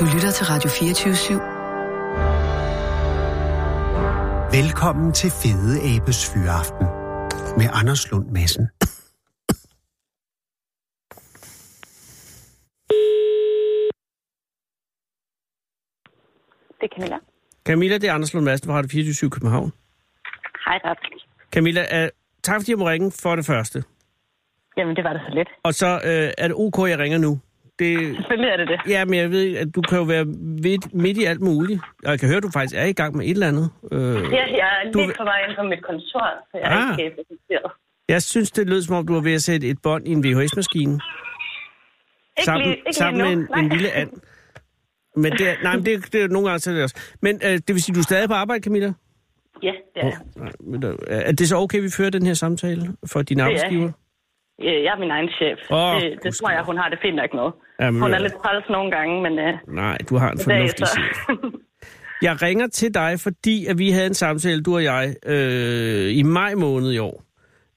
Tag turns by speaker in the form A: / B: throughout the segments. A: Du lytter til Radio 24 /7.
B: Velkommen til Fede Abes Fyraften med Anders Lund Madsen.
C: Det er Camilla.
D: Camilla, det er Anders Lund Madsen fra Radio 24 København.
C: Hej, Raps.
D: Camilla, uh, tak fordi jeg må ringe for det første.
C: Jamen, det var da så lidt.
D: Og så uh, er det ok, jeg ringer nu. Det,
C: Selvfølgelig er det det.
D: ja, men jeg ved, at du kan jo være midt, midt i alt muligt. Og jeg kan høre, at du faktisk er i gang med et eller andet. Uh,
C: Ja, jeg er
D: Du
C: lige
D: vil-
C: på vej ind på mit kontor, så jeg er
D: Ah.
C: ikke øh, præsenteret.
D: jeg synes, det lød som om, du var ved at sætte et bånd i en VHS-maskine.
C: Ikke
D: sammen,
C: lige, ikke
D: sammen
C: lige
D: med
C: nu.
D: en,
C: Nej.
D: en lille and. Men det er, nej, men det, det er nogle gange, så er det også. Men øh, det vil sige, du er stadig på arbejde, Camilla?
C: Ja, det er jeg.
D: Nej, men, øh, er det så okay, vi fører den her samtale for din arbejdsgiver?
C: Øh, Jeg er min egen chef.
D: Åh,
C: det, det tror
D: gudskelov.
C: jeg, hun har det fint nok med.
D: Jamen,
C: hun er
D: øh,
C: lidt træls nogle gange, men øh,
D: Nej, du har en
C: i dag
D: fornuftig
C: så...
D: chef. Jeg ringer til dig, fordi at vi havde en samtale, du og jeg, øh, i maj måned i år,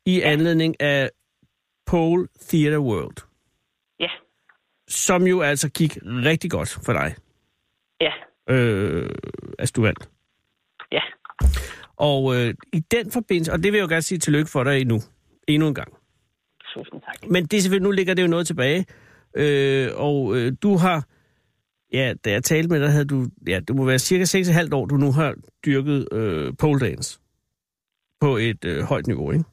D: i anledning af Pole Theatre World,
C: ja,
D: som jo altså gik rigtig godt for dig.
C: ja,
D: Øh, altså, du vandt.
C: ja.
D: Og øh, i den forbindelse, og det vil jeg jo gerne sige tillykke for dig endnu, endnu en gang.
C: Tusind tak.
D: Men det er selvfølgelig, nu ligger det jo noget tilbage. Øh, og øh, du har, ja, da jeg talte med dig, havde du, ja, det må være cirka 6,5 år, du nu har dyrket øh, pole dance på et øh, højt niveau, ikke?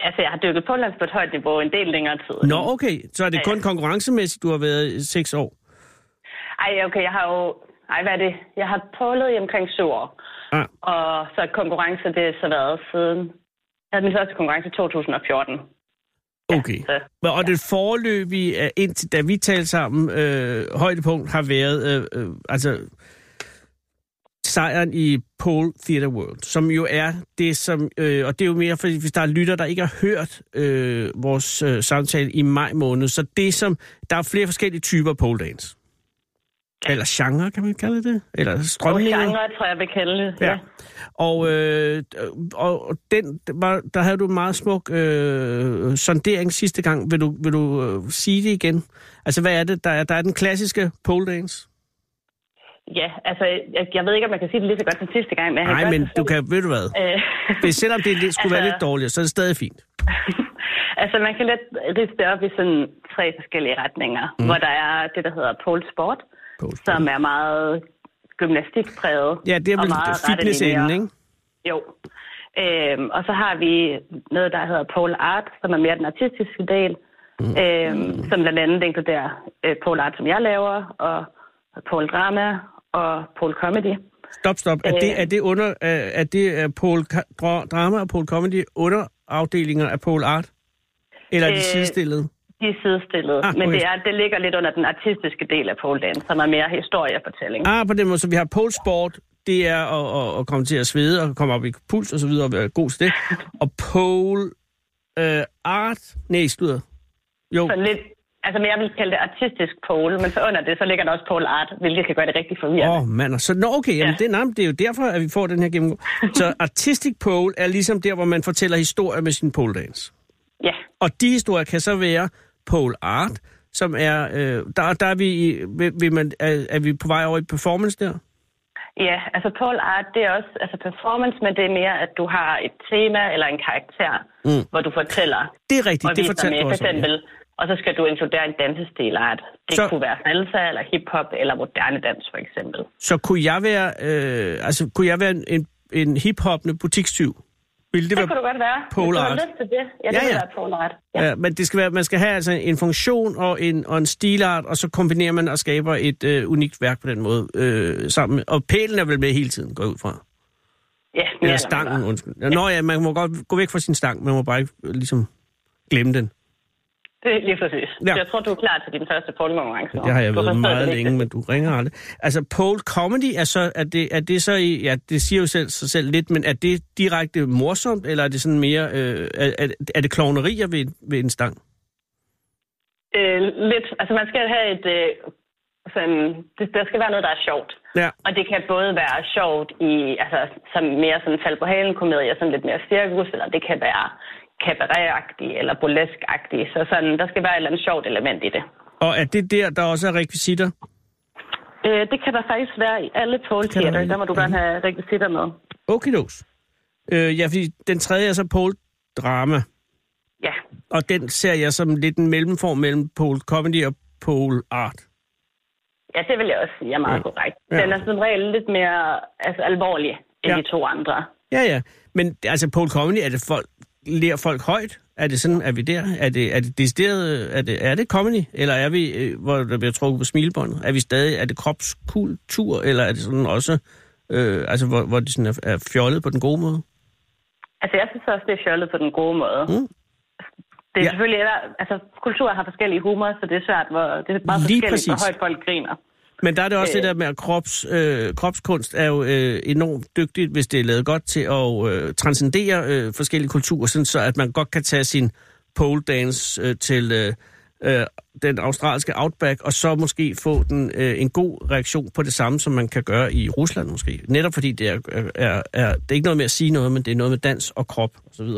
C: Altså, jeg har dykket på lands på et højt niveau en del længere tid.
D: Nå, okay, så er det
C: Ja,
D: kun
C: ja.
D: konkurrencemæssigt, du har været 6 år.
C: Ej, okay, jeg har jo... Ej, hvad er det? Jeg har pålet i omkring syv år.
D: Ah,
C: Og så konkurrence, det har så været siden... Jeg havde min første konkurrence i 2014.
D: okay.
C: Så,
D: Men- Og det forløbige, øh, indtil da vi talte sammen, øh, højdepunkt har været, øh, øh, altså, sejren i Pole Theatre World, som jo er det, som, øh, og det er jo mere, fordi hvis der er lytter, der ikke har hørt øh, vores øh, samtale i maj måned, så det som, der er flere forskellige typer pole dance. Eller genre, kan man kalde det? Eller
C: og
D: strømninger?
C: genre, tror jeg, jeg vil kalde det.
D: Ja. Og, øh, og og den var, der havde du en meget smuk øh, sondering sidste gang. Vil du, vil du øh, sige det igen? Altså, hvad er det? Der er, der er den klassiske pole dance.
C: ja, altså, jeg, jeg, ved ikke, om jeg kan sige det lige så godt som sidste gang, men jeg har
D: Nej,
C: godt
D: men
C: forstået-
D: du kan, ved du hvad?
C: Øh,
D: Hvis, selvom det lidt- skulle være
C: Altså-
D: lidt dårligere, så er det stadig fint.
C: altså, man kan lidt riste det op i sådan tre forskellige retninger, mm. hvor der er det, der hedder pole sport,
D: Pole sport.
C: som er meget gymnastikpræget.
D: Ja, det er
C: og
D: vel
C: meget rette
D: fitnessenden,
C: linjer.
D: ikke?
C: Jo. Øhm, og så har vi noget, der hedder pole art, som er mere den artistiske del, mm. øhm, som blandt andet inkluderer øh, pole art, som jeg laver, og pole drama og pole comedy.
D: Stop, stop. Er
C: Øh.
D: det, er det, under, er, er det er pole Ka- dra- drama og pole comedy underafdelinger af pole art? Eller er de
C: Øh,
D: sidestillede?
C: De er sidestillet,
D: Ah,
C: ah, men
D: okay.
C: det, er, det ligger lidt under den artistiske del af pole dance, som er mere historiefortælling.
D: Ah, på den måde. Så vi har pole sport, det er at, at, at komme til at svede og komme op i puls og så videre og være god til det. Og pole øh, art... Nej, slutter. Jo,
C: Sådan lidt, altså men jeg vil kalde det artistisk pole, men så under det, så ligger der også pole art, hvilket kan gøre det rigtig forvirrende.
D: åh
C: Oh.
D: oh, mand. og Så, nå, okay, jamen, det, nej, men det er jo derfor, at vi får den her gennemgå. Så artistic pole er ligesom der, hvor man fortæller historier med sin pole dance.
C: Ja,
D: Og de historier kan så være pole art, som er... Øh, der, der er, vi, i- vil, vil man, er, er vi på vej over i performance der?
C: ja, altså pole art, det er også altså performance, men det er mere, at du har et tema eller en karakter, mm. hvor du fortæller.
D: Det er rigtigt,
C: og
D: det
C: viser
D: fortalte
C: med,
D: du
C: for
D: også om, ja.
C: eksempel, og så skal du inkludere en dansestilart. Det
D: Så-
C: så... kunne være salsa eller hiphop eller moderne dans, for eksempel.
D: Så kunne jeg være, øh, altså, kunne jeg være en, en, en hiphoppende butikstyv? Ville det
C: Det,
D: være,
C: det kunne du godt være.
D: pole
C: Hvis du
D: art.
C: har lyst til det. Ja, det
D: Ja,
C: ja, ja.
D: ja.
C: være pole art. Ja.
D: ja. men det skal være, man skal have altså en funktion og en, og en stilart, og så kombinerer man og skaber et øh, unikt værk på den måde øh, sammen. med- Og pælen er vel med hele tiden, går jeg ud fra.
C: ja mere
D: Eller
C: mindre.
D: stangen, undskyld. Ja. Nå ja, man må godt gå væk fra sin stang, man må bare ikke øh, ligesom glemme den.
C: Det er lige præcis.
D: Ja.
C: Ja. Jeg tror, du er klar til din første pole-konkurrence.
D: Det har jeg
C: Du forstår
D: været meget
C: det
D: længe,
C: vigtigste.
D: men du ringer aldrig. Altså, pole comedy, er, så, er, det, er det så i, ja, det siger jo selv sig selv lidt, men er det direkte morsomt, eller er det sådan mere, øh, er, er, er det klovnerier ved, en- ved en stang?
C: Øh, lidt. Altså, man skal have et... Øh, sådan, det, der skal være noget, der er sjovt.
D: Ja,
C: Og det kan både være sjovt i, altså, som mere sådan fald på halen komedier, sådan lidt mere cirkus, eller det kan være cabaret eller burlesk Så sådan, der skal være et eller andet sjovt element i det.
D: og er det der, der også er rekvisitter?
C: Øh, det kan der faktisk være i alle pole
D: kan der Mhm.
C: theater.
D: vel.
C: Der må du gerne have rekvisitter med.
D: Okidos. Øh, ja, fordi den tredje er så Paul Drama,
C: Ja,
D: og den ser jeg som lidt en mellemform mellem Paul Comedy og Paul Art.
C: ja det vil jeg også sige er meget
D: Ja.
C: korrekt.
D: Ja.
C: Den er som regel lidt mere altså, alvorlig end
D: Ja.
C: de to andre.
D: Ja, ja. Men altså, Paul Comedy, er det folk, lærer folk højt? Er det sådan, er vi der? Er det, er det decideret, øh, er det, er det comedy? Eller er vi, øh, hvor der bliver trukket på smilebåndet? Er vi stadig, er det kropskultur? Eller er det sådan også, øh, altså, hvor, hvor det sådan er, er fjollet på den gode måde?
C: Altså, jeg synes også, det er fjollet på den gode måde.
D: Mm.
C: Mm. Det er
D: Ja.
C: ja. selvfølgelig, der- altså, kulturer har forskellige humor, så det er svært, hvor det er meget
D: Lige
C: forskelligt, hvor
D: præcis.
C: højt folk griner.
D: Men der er det også øh.
C: Øh.
D: det der med, at krops, øh, kropskunst er jo øh, enormt dygtigt, hvis det er lavet godt til at øh, transcendere øh, forskellige kulturer, sådan så at man godt kan tage sin pole dance øh, til øh, øh, den australske outback, og så måske få den øh, en god reaktion på det samme, som man kan gøre i Rusland måske. Netop fordi det er, øh, er, er, det er ikke noget med at sige noget, men det er noget med dans og krop osv.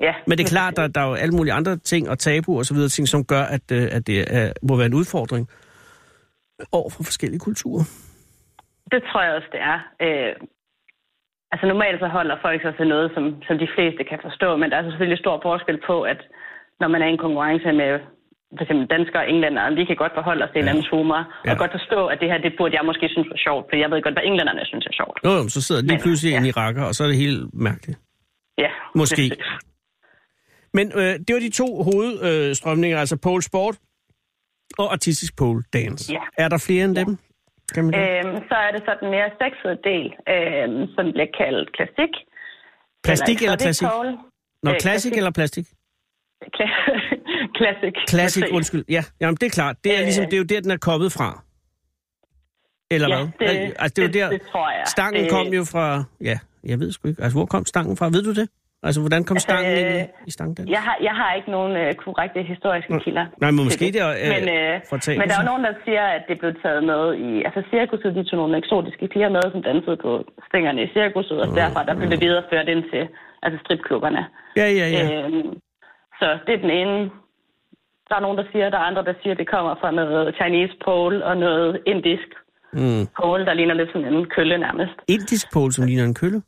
C: Ja.
D: Men det er klart, der, der er jo alle mulige andre ting og tabu og så videre, ting, som gør, at, øh, at det er, må være en udfordring over for forskellige kulturer.
C: Det tror jeg også, det er. Øh, altså, normalt så holder folk sig til noget, som, som de fleste kan forstå, men der er selvfølgelig stor forskel på, at når man er i en konkurrence med for eksempel danskere og englændere, vi kan godt forholde os til ja. hinandens humor, ja.
D: Ja.
C: og godt forstå, at det her, det burde jeg måske synes var sjovt, for jeg ved godt, hvad englænderne synes er sjovt.
D: Jo, jo, men så sidder lige
C: Men,
D: pludselig ja.
C: ja.
D: en iraker, og så er det helt mærkeligt.
C: Ja.
D: Måske.
C: det-
D: Men øh, det var de to hovedstrømninger, øh, strømninger, altså pole sport og artistisk pole dance.
C: Ja.
D: Er der flere end ja. dem? Kan man øh,
C: Øhm, så er det så den mere sexede del, øhm, som bliver kaldt klasik.
D: plastik eller
C: exotic
D: klassik?
C: pole.
D: Nå,
C: øh,
D: klassik,
C: klassik.
D: eller plastik?
C: Kla- Klassik.
D: Klassik,
C: Præcis.
D: undskyld. Ja, jamen det er klart. Det er,
C: Øh.
D: ligesom, det er jo der, den er kommet fra. Eller
C: Ja,
D: hvad?
C: det-
D: altså, det er jo
C: det-
D: der,
C: det tror jeg.
D: stangen
C: Det-
D: kom jo fra... Ja, jeg ved sgu ikke. Altså, hvor kom stangen fra? Ved du det? Altså, hvordan kom
C: Altså,
D: stangen ind
C: øh,
D: i, i stangen?
C: Jeg har, jeg har ikke nogen øh, korrekte historiske kilder.
D: Mm. Nej, men
C: til
D: måske det er, øh,
C: men, øh,
D: fortagelse.
C: men der er jo nogen, der siger, at det blev taget med i... Altså cirkuset, de tog nogle eksotiske piger med, som dansede på stængerne i cirkuset, og derfra der blev det videreført ind til altså stripklubberne.
D: Ja, ja, ja.
C: Øhm, så det er den ene. Der er nogen, der siger, der er andre, der siger, at det kommer fra noget Chinese pole og noget indisk
D: Mm.
C: pole, der ligner lidt sådan en kølle nærmest.
D: Indisk pole, som ligner en kølle.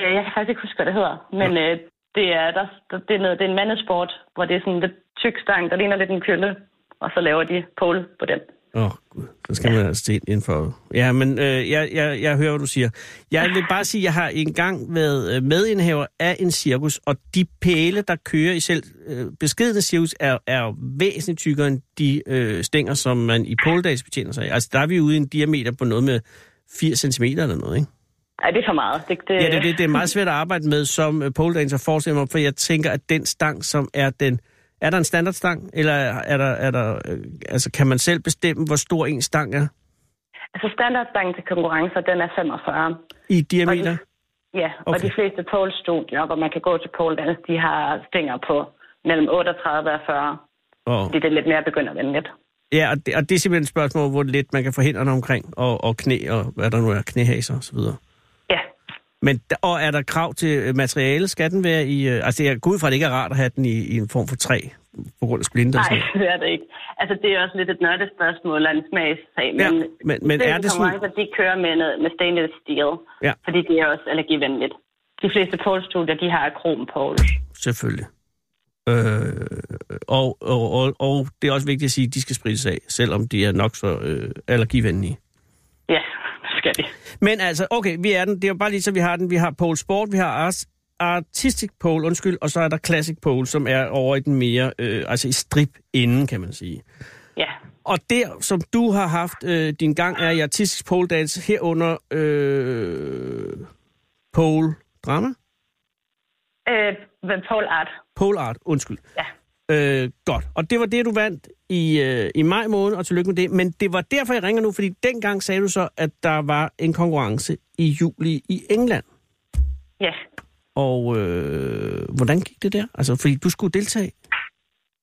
C: Øh, Jeg kan faktisk ikke huske, hvad det hedder, men øh, det, er, der, der- det, er noget, det er en mandesport, hvor det er sådan lidt tyk stang, der ligner lidt en kølle, og så laver de pole på den.
D: Åh, oh, gud. Så skal man altså se ind for... Ja, men øh, jeg, jeg, jeg hører, hvad du siger. Jeg vil bare sige, at jeg har engang været øh, medindhaver af en cirkus, og de pæle, der kører i selv øh, beskedende cirkus, er, er jo væsentligt tykkere end de øh, stænger, som man i poledags betjener sig af. Altså, der er vi ude i en diameter på noget med 4 cm eller noget, ikke?
C: Ej, det er for meget. Det, det,
D: Ja, det, er det, det er meget svært at arbejde med som øh, poledancer, forestiller jeg mig, for jeg tænker, at den stang, som er den... Er der en standardstang, eller er der, er der, øh, altså, kan man selv bestemme, hvor stor en stang er?
C: Altså standardstangen til konkurrencer, den er 45.
D: I diameter?
C: Og Ja, okay. og
D: Okay.
C: de fleste pole-studier, hvor man kan gå til pole dance, de har stænger på mellem 38 og 40.
D: Og,
C: Det er lidt mere begyndervenligt.
D: ja, og det, og det er simpelthen et spørgsmål, hvor lidt man kan få hænderne omkring, og, og knæ, og hvad der nu er, knæhaser og så videre.
C: Ja,
D: Men, der- og er der krav til øh, materiale? Skal den være i... øh, Altså, jeg går ud fra, at det ikke er rart at have den i, i en form for træ, på grund af splinter og
C: nej,
D: sådan noget.
C: det er det ikke. Altså, det er også lidt et nørdespørgsmål eller en smagssag,
D: Ja,
C: men,
D: men- men
C: de
D: er det sådan-
C: konkurrencer, de kører med, noget, med stainless steel,
D: Ja.
C: fordi det er også allergivenligt. De fleste pole-studier, de har akrom pole.
D: Selvfølgelig. Øh, og, og, og, og det er også vigtigt at sige, at de skal sprites af, selvom de er nok så øh, allergivenlige.
C: Ja, det skal de.
D: Men altså, okay, vi er den. Det er jo bare lige så, vi har den. Vi har pole sport, vi har ars, artistic pole, undskyld, og så er der classic pole, som er over i den mere, øh, altså i strip inden, kan man sige.
C: Ja,
D: Og der, som du har haft øh, din gang, er i artistisk pole dance herunder øh, pole drama?
C: øh, men pole art,
D: Pole art, undskyld.
C: ja.
D: Øh, godt. Og det var det, du vandt i, øh, i maj måned, og tillykke med det. Men det var derfor, jeg ringer nu, fordi dengang sagde du så, at der var en konkurrence i juli i England.
C: Ja,
D: Og øh, hvordan gik det der? Altså, fordi du skulle deltage.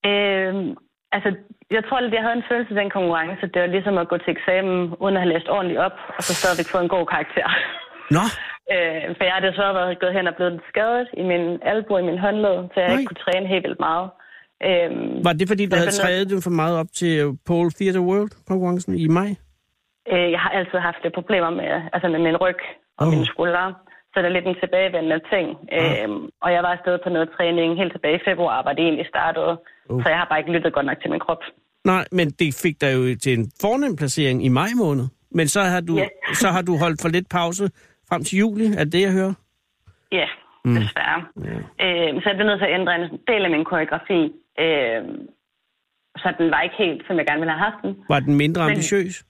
C: Øhm, altså, jeg tror lidt, jeg havde en følelse af den konkurrence. Det var ligesom at gå til eksamen, uden at have læst ordentligt op, og så stadigvæk få en god karakter.
D: Nå,
C: øh, for jeg har desværre været gået hen og blevet lidt skadet i min albu, i min håndled, så jeg
D: Nej.
C: ikke kunne træne helt vildt meget. Øhm,
D: var det fordi, du
C: Jeg
D: havde
C: fandt ud af-
D: øh, træet den for meget op til Paul Theatre World konkurrencen i maj?
C: Øh, jeg har altid haft lidt problemer med, altså med min ryg og
D: Åh. Ah.
C: oh. mine skuldre. Så det er lidt en tilbagevendende ting. Øh, og jeg var afsted på noget træning helt tilbage i februar, hvor det egentlig startede.
D: Uh.
C: Oh. Så jeg har bare ikke lyttet godt nok til min krop.
D: Nej, men det fik dig jo til en fornem placering i maj måned. Men så har du,
C: Ja.
D: så har du holdt for lidt pause frem til juli, er det det, jeg hører?
C: Ja, mm. desværre. Øh, så jeg blev nødt til at ændre en del af min koreografi. Øh, så den var ikke helt, som jeg gerne ville have haft den.
D: Var den mindre
C: Men-
D: ambitiøs?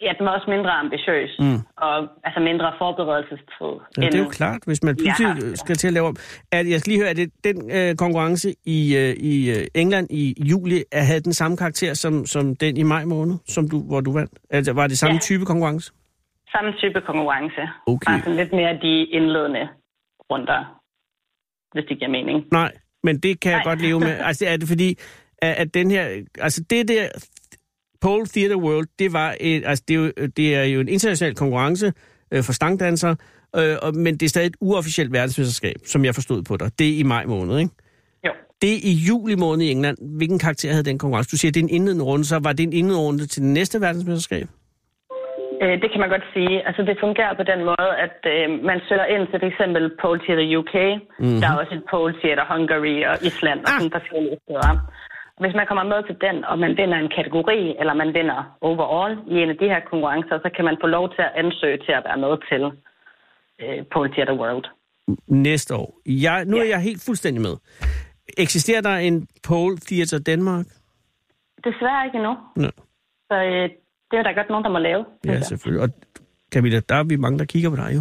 C: Ja, den var også mindre ambitiøs. Mm. Og altså mindre forberedelsestid.
D: Ja, det er jo klart, hvis man pludselig
C: Øhm, Ja.
D: ja. skal til at lave om. At, jeg skal lige høre, at det den øh, konkurrence i, øh, i øh, England i juli er, havde den samme karakter som, som den i maj måned, som du, hvor du vandt? Altså, var det samme
C: Ja.
D: type konkurrence?
C: Samme type konkurrence.
D: Okay.
C: Bare sådan lidt mere de indledende runder, hvis det giver mening.
D: Nej, men det kan jeg
C: Nej.
D: godt leve med. Altså, er det fordi, at, at den her... Altså, det der Pole Theatre World, det, var et, altså, det, er jo, det er jo en international konkurrence øh, for stangdansere, øh, og, men det er stadig et uofficielt verdensmesterskab, som jeg forstod på dig. Det er i maj måned, ikke?
C: Jo.
D: Det er i juli måned i England. Hvilken karakter havde den konkurrence? Du siger, det er en indledende runde, så var det en indledende runde til den næste verdensmesterskab?
C: Øh, det kan man godt sige. Altså, det fungerer på den måde, at øh, man søger ind til f.eks. Pole Theater UK.
D: Mhm.
C: Mm-hmm. Der er også et Pole Theater Hungary og Island
D: Ah.
C: og sådan forskellige steder. Hvis man kommer med til den, og man vinder en kategori, eller man vinder overall i en af de her konkurrencer, så kan man få lov til at ansøge til at være med til øh, Pole Theater World.
D: Næste år. Jeg, nu er
C: Ja.
D: jeg helt fuldstændig med. Eksisterer der en Pole Theatre Danmark?
C: Desværre ikke endnu,
D: Nej.
C: så øh, det er der godt nogen, der må lave.
D: Ja, selvfølgelig. Og Camilla, der er vi mange, der kigger på dig jo.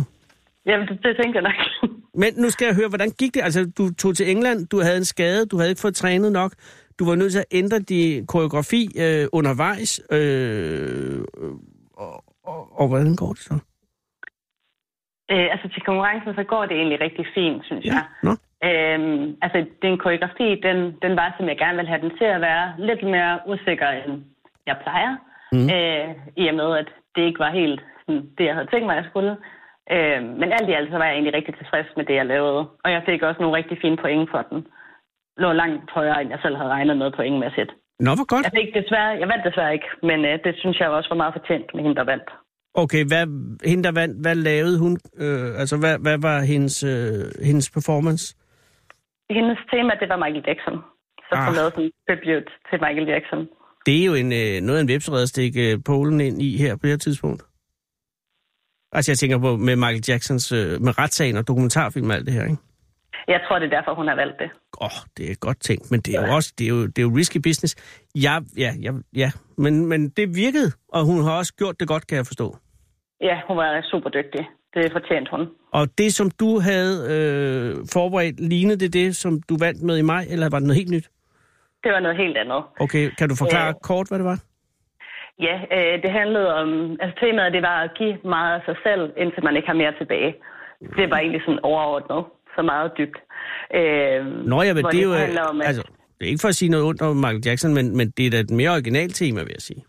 C: Jamen, det, det tænker jeg nok.
D: Men nu skal jeg høre, hvordan gik det? Altså, du tog til England, du havde en skade, du havde ikke fået trænet nok. Du var nødt til at ændre din koreografi øh, undervejs. Øh, og, og, og hvordan går det så?
C: øh, altså, til konkurrencen, så går det egentlig rigtig fint, synes jeg.
D: Nå?
C: Øhm, altså, den koreografi, den, den var, som jeg gerne ville have den til at være, lidt mere usikker, end jeg plejer. Mm. Øh, I og med, at det ikke var helt sådan, det, jeg havde tænkt mig, jeg skulle. Øh, men alt i alt, så var jeg egentlig rigtig tilfreds med det, jeg lavede. Og jeg fik også nogle rigtig fine point for den. Lå langt højere, end jeg selv havde regnet med pointmæssigt.
D: Nå, hvor godt.
C: Jeg fik desværre, jeg vandt desværre ikke, men øh, det synes jeg også var meget fortjent med hende, der vandt.
D: Okay, hvad, hende der vandt, hvad lavede hun? Øh, altså, hvad, hvad var hendes, øh, hendes performance?
C: Hendes tema, det var Michael Jackson. Så
D: Ah.
C: hun lavede sådan en tribute til Michael Jackson.
D: Det er jo en, øh, noget af en websred at stikke øh, Polen ind i her på det her tidspunkt. Altså, jeg tænker på med Michael Jacksons, øh, med retssagen og dokumentarfilm og alt det her, ikke?
C: Jeg tror, det er derfor, hun har valgt det.
D: Åh, oh, det er godt tænkt, men det er jo også det er jo, det er jo risky business. Ja, ja, ja, ja. Men, men det virkede, og hun har også gjort det godt, kan jeg forstå.
C: Ja, hun var super dygtig. Det fortjente hun.
D: Og det, som du havde øh, forberedt, lignede det det, som du vandt med i maj, eller var det noget helt nyt?
C: Det var noget helt andet.
D: Okay, kan du forklare
C: Øh.
D: kort, hvad det var?
C: Ja, øh, det handlede om... Altså temaet, det var at give meget af sig selv, indtil man ikke har mere tilbage. Det var egentlig sådan overordnet. Så meget dybt. Øh,
D: Nå ja, men
C: hvor
D: det er jo...
C: handler om, at,
D: altså, det er ikke for at sige noget ondt om Michael Jackson, men, men det er da et mere originalt tema, vil jeg sige.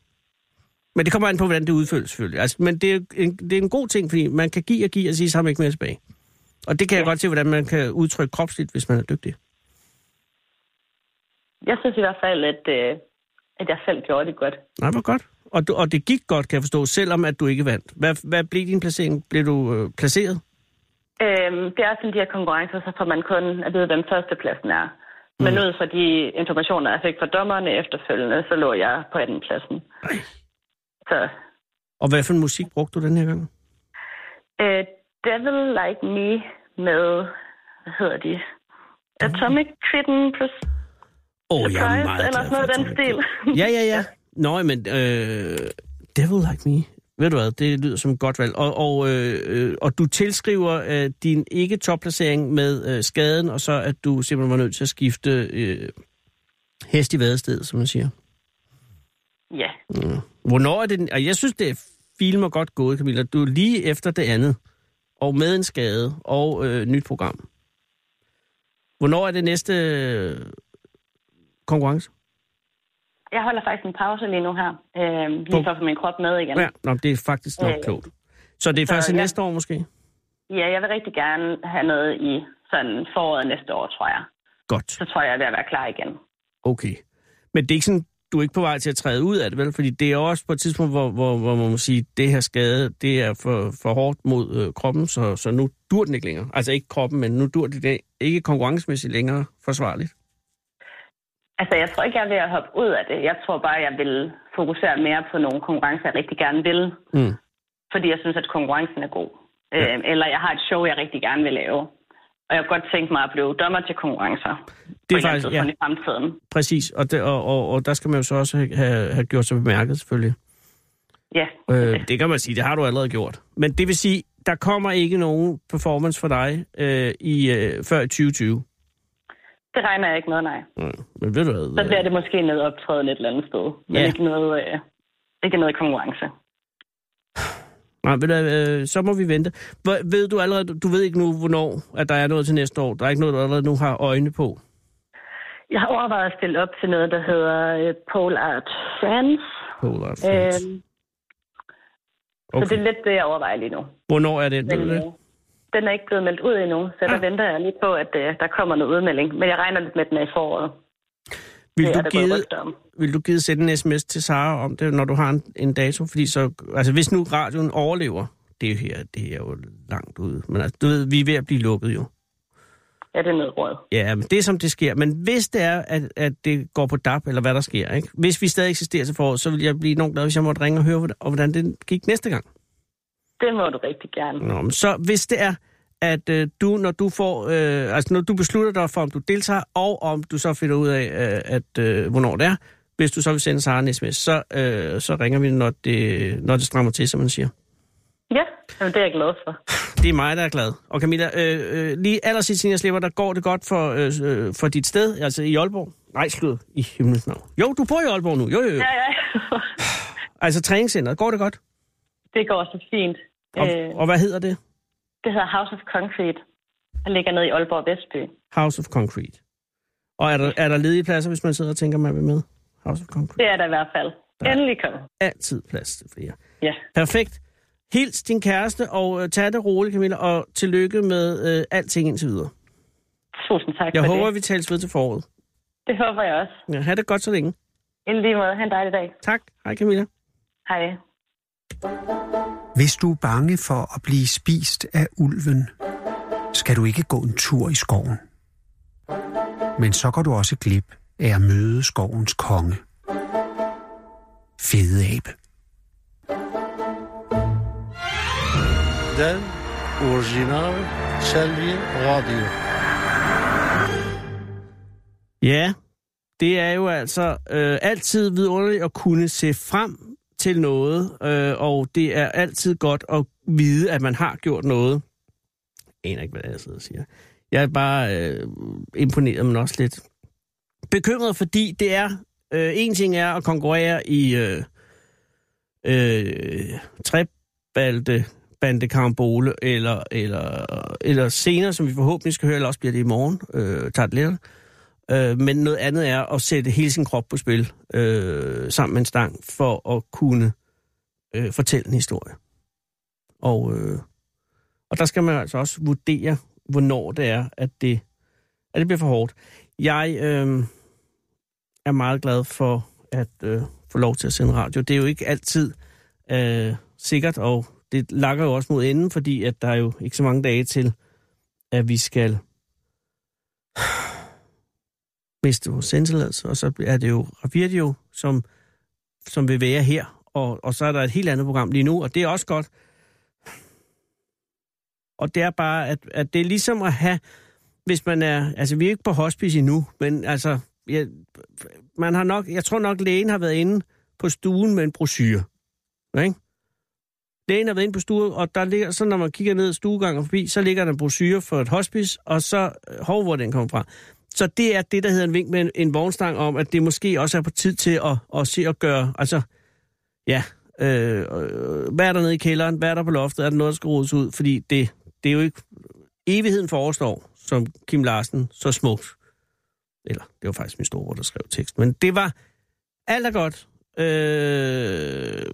D: Men det kommer an på, hvordan det udføles, selvfølgelig. Altså, men det er, en, det er en god ting, fordi man kan give og give og sige, så har man ikke mere tilbage. Og det kan ja. jeg godt se, hvordan man kan udtrykke kropsligt, hvis man er dygtig.
C: Jeg synes i hvert fald, at, øh, at jeg selv gjorde det godt.
D: Nej, hvor godt. Og, du, og det gik godt, kan jeg forstå, selvom at du ikke vandt. Hvad, hvad blev din placering? Blev du øh, placeret?
C: Øhm, det er sådan de her konkurrencer, så får man kun at vide, hvem førstepladsen er. Men
D: Mm.
C: ud fra de informationer, jeg fik fra dommerne efterfølgende, så lå jeg på 18. pladsen. Så
D: Og hvad for en musik brugte du den her gang?
C: Uh, Devil Like Me med, hvad hedder de? Atomic Kitten plus
D: Åh, oh,
C: Surprise, eller sådan noget af den stil.
D: Ja, ja, ja. Nå, men øh, Devil Like Me. Ved du hvad, det lyder som et godt valg. Og, og, øh, øh, og du tilskriver øh, din ikke-topplacering med øh, skaden, og så at du simpelthen var nødt til at skifte øh, hest i vadestedet, som man siger.
C: Ja,
D: Hvornår er det... den- Og jeg synes, det er filmer godt gået, Camilla. Du er lige efter det andet, og med en skade, og øh, nyt program. Hvornår er det næste øh, konkurrence?
C: jeg holder faktisk en pause lige nu her. Uh, lige for at få min krop med igen.
D: Ja, Nå, det er faktisk nok
C: Øh,
D: klogt. Så det er
C: så
D: først i
C: ja.
D: næste år måske?
C: ja, jeg vil rigtig gerne have noget i sådan foråret næste år, tror jeg.
D: Godt,
C: Så tror jeg, jeg er ved at være klar igen.
D: okay. Men det er ikke sådan du er ikke på vej til at træde ud af det, vel? Fordi det er også på et tidspunkt, hvor, hvor, hvor man må sige, det her skade, det er for, for hårdt mod øh, kroppen, så, så nu dur den ikke længere. Altså ikke kroppen, men nu dur det det ikke konkurrencemæssigt længere forsvarligt.
C: Altså, jeg tror ikke, jeg er ved at hoppe ud af det. Jeg tror bare, jeg vil fokusere mere på nogle konkurrencer, jeg rigtig gerne vil.
D: Mm.
C: Fordi jeg synes, at konkurrencen er god. Ja. Øh, eller jeg har et show, jeg rigtig gerne vil lave. Og jeg kunne godt tænke mig at blive dommer til konkurrencer.
D: Det
C: på
D: er
C: et eller andet
D: faktisk, ja,
C: tidspunkt i fremtiden.
D: præcis. Og, det, og, og, og der skal man jo så også have, have gjort sig bemærket, selvfølgelig.
C: Ja,
D: Øh, det kan man sige, det har du allerede gjort. Men det vil sige, der kommer ikke nogen performance for dig øh, i øh, før i 2020.
C: det regner jeg ikke med, nej.
D: Mm. Men ved du hvad?
C: Så
D: øh,
C: bliver det måske noget optræden et eller andet sted. Men
D: Ja.
C: ikke, noget, øh, ikke noget konkurrence.
D: Nej, ved du, hvad, øh, så må vi vente. Hvor, ved du allerede, du ved ikke nu, hvornår at der er noget til næste år. Der er ikke noget, du allerede nu har øjne på.
C: Jeg har overvejet at stille op til noget, der hedder øh, Pole Art France.
D: Polar
C: Øh,
D: Friends.
C: Så det
D: okay.
C: er lidt det, jeg overvejer lige nu.
D: Hvornår er den?
C: Men,
D: Ved du det? Ah.
C: øh, den er ikke blevet meldt ud endnu, så der venter jeg lige på, at øh, der kommer noget udmelding. Men jeg regner lidt med den er i foråret.
D: Vil
C: det
D: du,
C: er der gået
D: give,
C: rygter om.
D: vil du give sende en sms til Sara om det, når du har en, en dato? Fordi så, altså hvis nu radioen overlever, det er jo her, det er jo langt ude. Men altså, du ved, vi er ved at blive lukket jo.
C: Ja, det er noget råd.
D: Ja, men det er som det sker. Men hvis det er, at, at det går på DAP, eller hvad der sker, ikke? hvis vi stadig eksisterer til foråret, så vil jeg blive enormt glad, hvis jeg måtte ringe og høre, hvordan- og hvordan det gik næste gang.
C: Det må du rigtig gerne.
D: Nå, men så hvis det er, at øh, du, når du får, øh, altså når du beslutter dig for, om du deltager, og om du så finder ud af, øh, at øh, hvornår det er, hvis du så vil sende Sara en sms, så, øh, så ringer vi, når det, når det strammer til, som man siger.
C: Ja, jamen, det er jeg glad for.
D: Det er mig, der er glad. Og Camilla, øh, øh, lige allersidst, inden jeg slipper dig, går det godt for, øh, øh, for dit sted, altså i Aalborg? Nej, slut. I himlens navn. Jo, du bor i Aalborg nu. Jo, jo, jo.
C: Ja, ja.
D: Altså træningscenteret, går det godt?
C: det går så fint.
D: Og,
C: Øh,
D: og hvad hedder det?
C: det hedder House of Concrete. Der ligger nede i Aalborg Vestby.
D: House of Concrete. Og er der, er der ledige pladser, hvis man sidder og tænker, man vil med? House of Concrete.
C: Det er der i hvert fald.
D: Ja.
C: Endelig kom.
D: Altid plads til flere.
C: Ja,
D: Perfekt. Hils din kæreste, og øh, tag det roligt, Camilla, og tillykke med øh, alting indtil videre.
C: tusind tak
D: Jeg
C: for
D: håber,
C: det.
D: vi tales ved til foråret.
C: Det håber jeg også.
D: Ja, ha' det godt så længe.
C: I lige måde. Ha' en dejlig dag.
D: Tak. Hej, Camilla.
C: Hej.
B: Hvis du er bange for at blive spist af ulven, skal du ikke gå en tur i skoven. Men så går du også glip af at møde skovens konge. Fede abe.
E: Den orijinal Selvi Radio.
D: Ja, det er jo altså øh, altid vidunderligt at kunne se frem til noget, øh, og det er altid godt at vide, at man har gjort noget. Jeg aner ikke, hvad det er, jeg sidder og siger. Jeg er bare øh, imponeret, men også lidt bekymret, fordi det er... Øh, en ting er at konkurrere i øh, øh, trebalte bandekampole, eller, eller, eller senere, som vi forhåbentlig skal høre, eller også bliver det i morgen, øh, tager det lidt. Øh, men noget andet er at sætte hele sin krop på spil øh, sammen med en stang for at kunne øh, fortælle en historie. Og, øh, og der skal man altså også vurdere, hvornår det er, at det, at det bliver for hårdt. Jeg øh, er meget glad for at øh, få lov til at sende radio. Det er jo ikke altid øh, sikkert, og det lakker jo også mod enden, fordi at der er jo ikke så mange dage til, at vi skal miste vores sendtilladelse, og så er det jo Ravirdio, som, som vil være her. Og, og så er der et helt andet program lige nu, og det er også godt. Og det er bare, at, at det er ligesom at have, hvis man er, altså vi er ikke på hospice endnu, men altså, jeg, man har nok, jeg tror nok lægen har været inde på stuen med en brochure. Ikke? Lægen har været inde på stuen, og der ligger, så når man kigger ned ad stuegangen forbi, så ligger der en brochure for et hospice, og så, øh, hov, hvor den kommer fra. Så det er det, der hedder en vink med en, en vognstang om, at det måske også er på tid til at, at se og gøre, altså, ja, øh, øh, hvad er der nede i kælderen, hvad er der på loftet, er der noget, der skal rodes ud, fordi det, det er jo ikke, evigheden forestår, som Kim Larsen så smukt, eller det var faktisk min store, der skrev tekst, men det var, alt er godt, øh,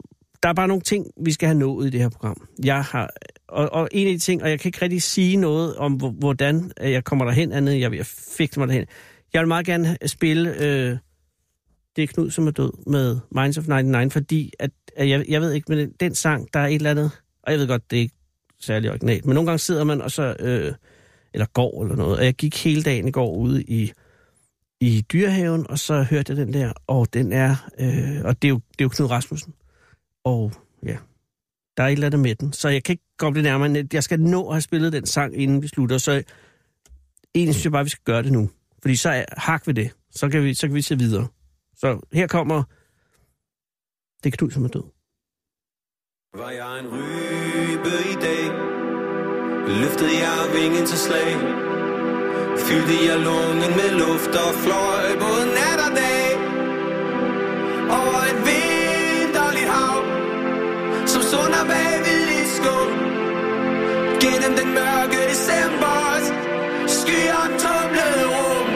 D: der er bare nogle ting, vi skal have nået i det her program. Jeg har, og, og en af de ting, og jeg kan ikke rigtig sige noget om, hvor- hvordan øh, jeg kommer derhen, andet end jeg, jeg fik mig derhen. Jeg vil meget gerne spille øh, det er Knud, som er død med Minds of 99, fordi at, at jeg, jeg ved ikke, men den, den sang, der er et eller andet, og jeg ved godt, det er ikke særlig originalt, men nogle gange sidder man og så, øh, eller går eller noget, og jeg gik hele dagen i går ude i, i dyrehaven, og så hørte jeg den der, og den er, øh, og det er, jo, det er jo Knud Rasmussen, og ja, der er et eller andet med den, så jeg kan ikke komme det nærmere, end- jeg skal nå at have spillet den sang, inden vi slutter, så egentlig synes jeg bare, vi skal gøre det nu, fordi så er, hak ved det, så kan vi, så kan vi se videre. Så her kommer det er Knud, som er død.
F: Var jeg en rybe i dag Løftede jeg vingen til slag Fyldte jeg lungen med luft og fløj både nat og dag Over et vinterligt hav Som sunder bag ved et skum Gennem den mørke december Skyer tumlede rum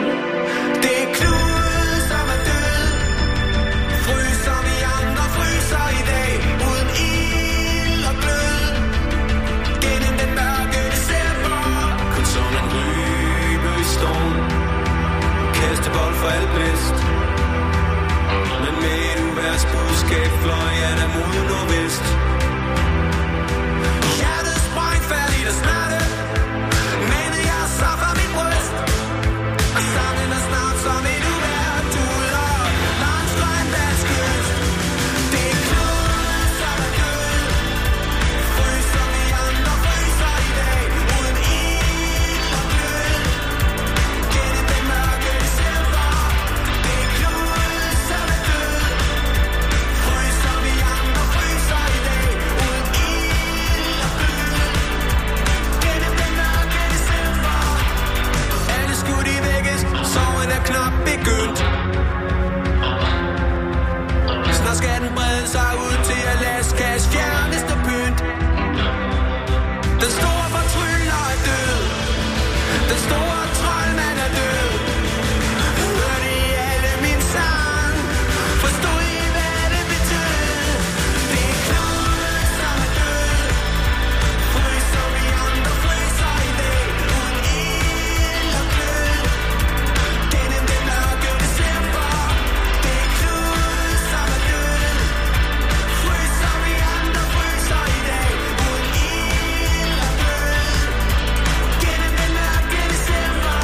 F: Det er Knud, som er død Fryser vi andre fryser i dag Uden ild og glød Gennem den mørke december Kun som en rybe i storm Kastebold for alt bedst Men med et uværs budskab Fløj jeg der mod nordvest Hjertet sprang fat i det smerte Men jeg så fra min bryst og sangen er snart som et uvejr, du lukker langs Grønlands kyst. Det er kloden, som er død. Fryser vi andre, fryser i dag. Uden ild og glød. Gennem den mørke december. Det er kloden, som er død. Fryser vi andre, fryser i dag. Uden ild og glød. Gennem den mørke december. Alle skudt i vækkes, sorgen er knap begyndt Snart skal den brede sig ud til Alaskas fjerneste pynt Den store fortryller er død Den store troldmand er død Hørte I alle min sang? Forstod I, hvad det betød? Det er Knud, som er død Fryser vi andre, fryser i dag Uden ild og glød Gennem den mørke december Det er Knud, som er død Fryser vi andre, fryser i dag Uden ild og glød Gennem den mørke december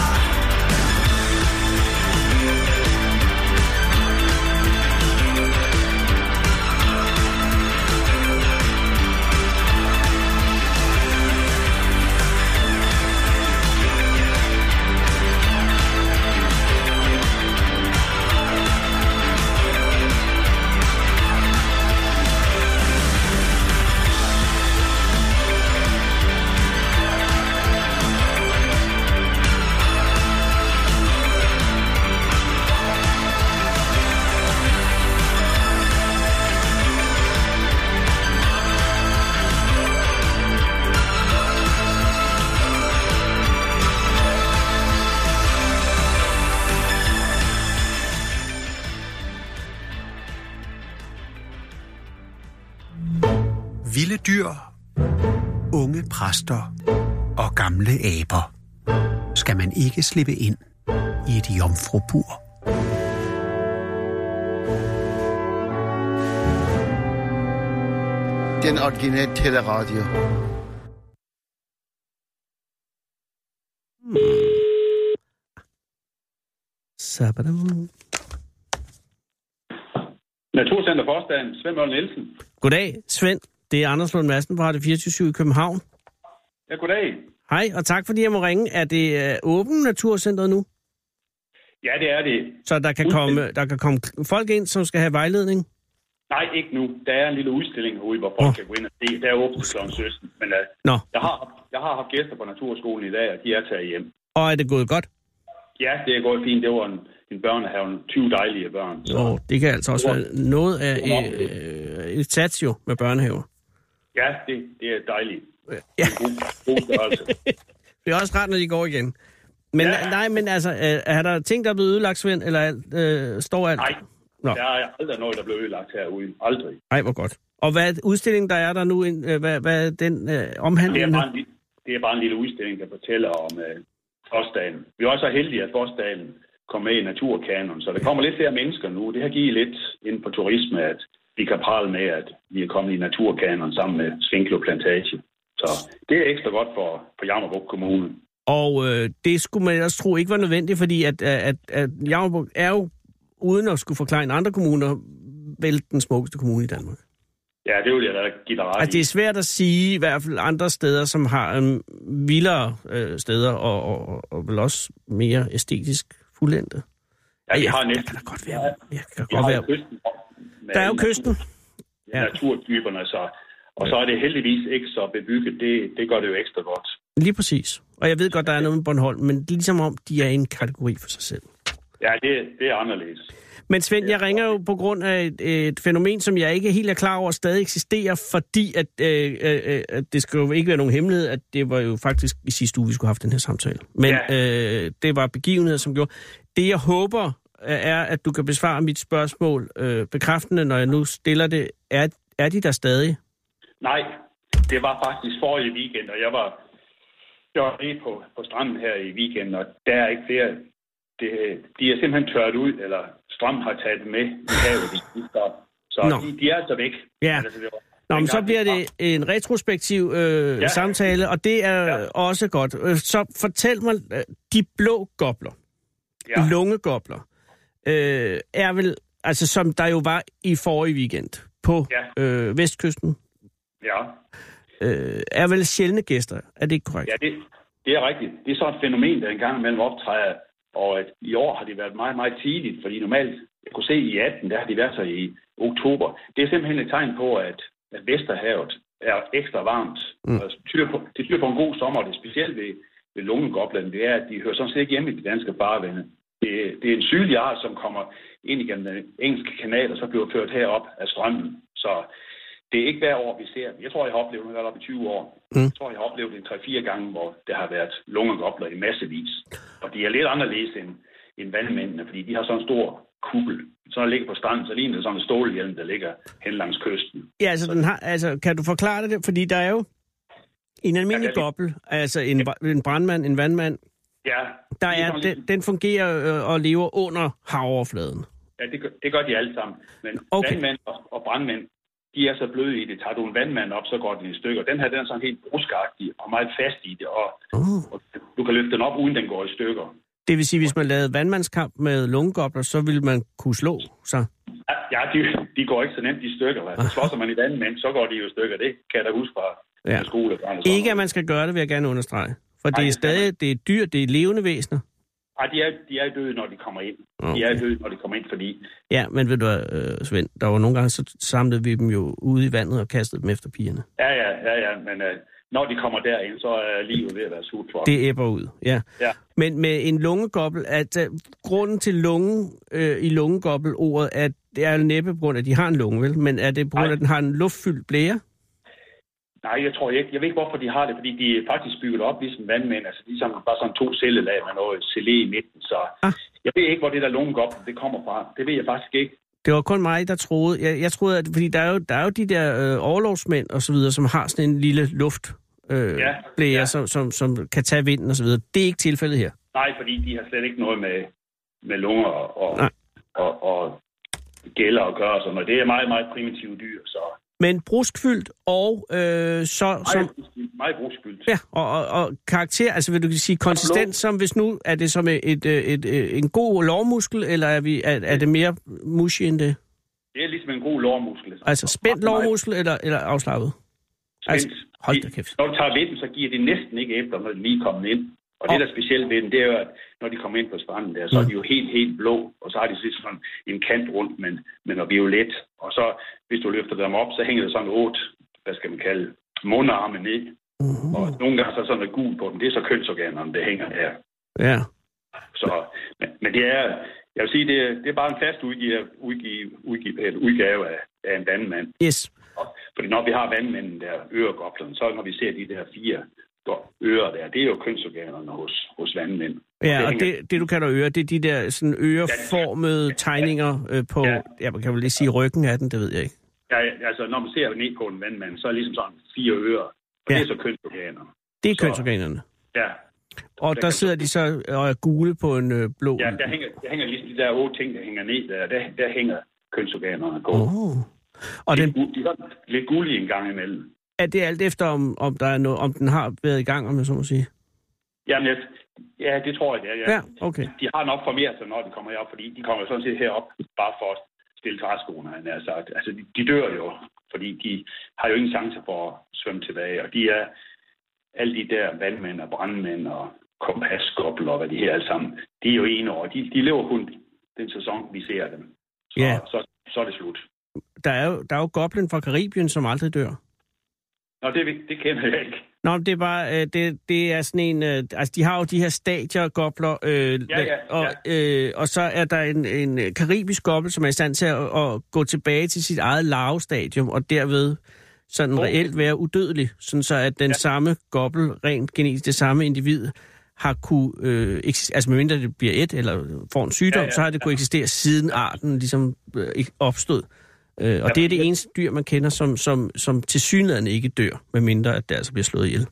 B: Vilde dyr, unge præster og gamle aber skal man ikke slippe ind i et jomfrubur.
E: Den originale teleradio.
D: Sabadam.
G: Naturcenter Forstand, Svend Møller Nielsen.
D: Goddag, Svend. Det er Anders Lund Madsen fra Radio 24 i København.
G: Ja, goddag.
D: Hej, og tak fordi jeg må ringe. Er det øh, åbent naturcentret nu?
G: Ja, det er det.
D: Så der kan, komme, der kan komme folk ind, som skal have vejledning?
G: Nej, ikke nu. Der er en lille udstilling herude, hvor folk
D: Åh.
G: oh. kan gå ind og se. Der er åbent kl. 17, men uh,
D: Nå,
G: jeg, har, haft- jeg har haft gæster på Naturskolen i dag, og de er taget hjem.
D: og er det gået godt?
G: Ja, det er gået fint. Det var en, en børnehave, en 20 dejlige børn. Så,
D: Og det kan altså også være noget af øh, øh, et sats jo med børnehaver.
G: Ja, det, det er dejligt.
D: Ja.
G: En god, god størrelse.
D: Det er også rart, når de går igen. Men ja.
G: Ja.
D: nej, men altså, er, er der ting, der er blevet ødelagt, Svend, eller alt, øh, står alt?
G: Nej,
D: Nå.
G: der er aldrig noget, der blev ødelagt herude. Aldrig.
D: Nej, hvor godt. Og hvad er udstillingen, der er der nu, ind- øh, hvad, hvad er den øh,
G: Det er,
D: omhandlende?
G: bare en, lille- det er bare en lille udstilling, der fortæller om øh, Forstaden. Vi var så heldige, at Forstaden komme med i naturkanon. Så der kommer lidt flere mennesker nu. Det har givet lidt ind på turisme, at vi kan prale med, at vi er kommet i naturkanon sammen med Svinklo Plantage. Så det er ekstra godt for, for Jammerbugt Kommune.
D: Og øh, det skulle man ellers tro ikke var nødvendigt, fordi at, øh, at, at Jammerburg er jo, uden at skulle forklare en andre kommuner, vel den smukkeste kommune i Danmark.
G: Ja, det vil jeg da give dig ret
D: Altså,
G: i.
D: det er svært at sige, i hvert fald andre steder, som har øhm, vildere øh, steder, og, og, og, og vel også mere æstetisk fuldendte.
G: ja, vi
D: jeg,
G: har
D: jeg
G: næsten,
D: kan da godt være... Jeg kan
G: vi
D: godt
G: har
D: være
G: jo kysten. med
D: der er jo
G: natur-
D: kysten.
G: med Naturtyperne, så. Og så er det heldigvis ikke så bebygget. Det, det gør det jo ekstra godt.
D: Lige præcis. Og jeg ved godt, der er noget med Bornholm, men det er ligesom om, de er i en kategori for sig selv.
G: Ja, det, det er anderledes.
D: Men Svend, jeg ringer jo på grund af et, et fænomen, som jeg ikke helt er klar over stadig eksisterer, fordi at, øh, øh, øh, at det skal jo ikke være nogen hemmelighed, at det var jo faktisk i sidste uge, vi skulle have haft den her samtale. Men ja. øh, det var begivenheder, som gjorde... Det, jeg håber, øh, er, at du kan besvare mit spørgsmål øh, bekræftende, når jeg nu stiller det. Er, er de der stadig?
G: Nej, det var faktisk forrige weekend, og jeg var, jeg var nede på, på stranden her i weekenden, og der er ikke flere. Det, de er simpelthen tørt ud, eller strøm har taget dem med i havet. Så, så
D: Nå.
G: de, de er altså væk.
D: Ja.
G: Altså, det var,
D: Nå, men så bliver det en retrospektiv øh, ja.
G: Ja.
D: samtale, og det er ja.
G: Ja.
D: også godt. Øh, Så fortæl mig, øh, de blå gobler, ja. lungegobler, øh, er vel, altså som der jo var i forrige weekend på ja.
G: Ja.
D: øh, vestkysten,
G: ja,
D: øh, er vel sjældne gæster, er det ikke korrekt?
G: ja det, det er rigtigt. Det er så et fænomen, der engang imellem optræder, og at i år har det været meget, meget tidligt, fordi normalt, jeg kunne se i 18, der har de været så i oktober. Det er simpelthen et tegn på, at, at Vesterhavet er ekstra varmt. Mm. Og tyder på, det tyder på en god sommer, og det specielt ved, ved lungegoblerne, det er, at de hører sådan set ikke hjemme i de danske farvande. Det, det er en sygelig art, som kommer ind igennem den engelske kanal, og så bliver ført herop af strømmen. Så det er ikke hver år, vi ser dem. Jeg tror, jeg har oplevet det op i 20 år. Mm. Jeg tror, jeg har oplevet det 3-4 gange, hvor der har været lungegobler i massevis. Og de er lidt anderledes end, end vandmændene, fordi de har sådan en stor kuppel. Så når det ligger på stranden, så ligner det sådan en stålhjelm, der ligger hen langs kysten.
D: Ja, altså, den har, altså, kan du forklare det? Fordi der er jo en almindelig
G: Ja, det er
D: gobbel, altså en, ja. en brandmand, en vandmand,
G: Ja,
D: der
G: det
D: er,
G: sådan lidt-
D: den, den fungerer øh, og lever under havoverfladen.
G: Ja, det gør, det gør de alle sammen. Men
D: Okay.
G: okay. vandmænd og, og brandmænd, de er så bløde i det. Tager du en vandmand op, så går den i stykker. Den her, den er sådan helt bruskagtig og meget fast i det, og,
D: Uh.
G: og du kan løfte den op, uden den går i stykker.
D: Det vil sige, hvis man lavede vandmandskamp med lungegobler, så ville man kunne slå sig.
G: Ja, Ja, de, de går ikke så nemt i stykker. Altså, slåsser man i vandmænd, så går de jo i stykker. Det kan jeg da huske fra
D: Ja.
G: ja. skole.
D: Ikke, at man skal gøre det, vil jeg gerne understrege. For det
G: Nej,
D: er
G: det skal man
D: stadig det er dyr, det er levende væsener.
G: Ej, de er, de er døde, når de kommer ind. Okay. De er døde, når de kommer ind, fordi
D: Ja, men ved du hvad, øh, Svend, der var nogle gange, så samlede vi dem jo ude i vandet og kastede dem efter pigerne.
G: Ja, ja, ja, ja, men øh, når de kommer derind, så er livet ved at være surt for. dem.
D: Det æbber ud, ja.
G: Ja.
D: Men med en lungegobbel, at øh, grunden til lungen øh, i lungegobbelordet, at det er jo næppe på grund af, at de har en lunge, vel? Men er det på grund af,
G: Nej.
D: at den har en luftfyldt blære?
G: Nej, jeg tror ikke. Jeg ved ikke, hvorfor de har det, fordi de er faktisk bygget op ligesom vandmænd. Altså, de er sådan, bare sådan to cellelag med noget gelé i midten. Så
D: Ah.
G: ah. jeg ved ikke, hvor det der lunge op, det kommer fra. Det ved jeg faktisk ikke.
D: Det var kun mig, der troede. Jeg, jeg troede, at, fordi der er jo, der er jo de der øh, overlovsmænd og så videre, som har sådan en lille luft, øh, ja,
G: Ja,
D: blære, ja.
G: ja.
D: Som, som, som kan tage vinden og så videre. Det er ikke tilfældet her.
G: Nej, fordi de har slet ikke noget med, med lunger og, og,
D: Nej.
G: og, og gælder at gøre. og Sådan noget. Det er meget, meget primitive dyr, så
D: Men bruskfyldt og øh, så... Som,
G: meget, meget brugsfyldt.
D: ja, og, og, og karakter, altså vil du sige konsistens, som hvis nu, er det som et, øh, et, et, en god lovmuskel, eller er, vi, er, er det mere mushy end det?
G: Det er ligesom en god lårmuskel. altså.
D: Altså spændt
G: Meget- meget
D: lovmuskel eller, eller afslappet? Altså,
G: Spændt.
D: hold da kæft.
G: Når du tager ved dem, så giver de næsten ikke efter, når de lige er kommet ind. Og det, der er specielt ved dem, det er jo, at når de kommer ind på stranden der, så er de
D: Mm.
G: jo helt, helt blå, og så har de sådan sådan en kant rundt, men, men er violet. Og så, hvis du løfter dem op, så hænger der sådan otte, hvad skal man kalde, mundarme ned. Mm-hmm. Og nogle gange så er sådan noget gul på dem. Det er så kønsorganerne, der hænger her.
D: Ja.
G: Så, men, men det er, jeg vil sige, det er, det er bare en fast udgive, udgive, udgive, eller udgave af, af en vandmand.
D: Yes.
G: Fordi når vi har vandmænden der, øregoblerne, så når vi ser de der fire go- ører der, det er jo kønsorganerne hos, hos vandmænd.
D: Ja, og
G: hænger-
D: det, det du kalder ører, det er de der sådan øreformede tegninger øh, på, ja.
G: Ja.
D: man kan vel lige sige ryggen af den, det ved jeg ikke.
G: Ja, altså, når man ser ned på en vandmand, så er det ligesom sådan fire ører, og
D: Ja.
G: ja. det er så kønsorganer.
D: Det er
G: Så-
D: kønsorganerne.
G: Ja,
D: Og der, der
G: kan-
D: sidder de så og er gule på en øh, blå...
G: Ja, der hænger, der hænger ligesom de der otte ting, der hænger ned der. Der, der hænger kønsorganerne på. Oh,
D: oh. Og
G: den...
D: den,
G: De er sådan lidt gullige en gang imellem.
D: er det alt efter, om, om, der er noget, om den har været i gang, om jeg så må sige?
G: Jamen, jeg, ja, det tror jeg, det er.
D: Ja, okay.
G: De har nok formeret sig, når de kommer herop, fordi de kommer jo sådan set herop bare for at stille træskoene, han har sagt. Altså, de, de dør jo, fordi de har jo ingen chancer for at svømme tilbage, og de er alle de der vandmænd og brandmænd og kompasskobler og hvad de her alle sammen, de er jo en år. De, de lever kun den sæson, vi ser dem. Så,
D: Ja.
G: så, så er det slut.
D: Der er jo, der er jo Goblin fra Karibien, som aldrig dør.
G: Nå, det, ved- det kender jeg ikke.
D: Nå, men det er bare, øh, det, det er sådan en, øh, altså de har jo de her stadier, gobler, øh,
G: Ja, ja,
D: og, øh, og så er der en, en øh, karibisk gobbel, som er i stand til at, at gå tilbage til sit eget larvestadium, og derved sådan
G: Okay.
D: reelt være udødelig, sådan så at den Oh. ja. samme gobbel, rent genetisk det samme individ, har kunne, øh, eksis- altså medmindre det bliver et, eller får en sygdom, ja, ja, så har det kunne eksistere siden arten ligesom øh, ikke opstod. Øh, og det er det eneste dyr, man kender, som, som, som tilsyneladende ikke dør, medmindre at det altså bliver slået ihjel.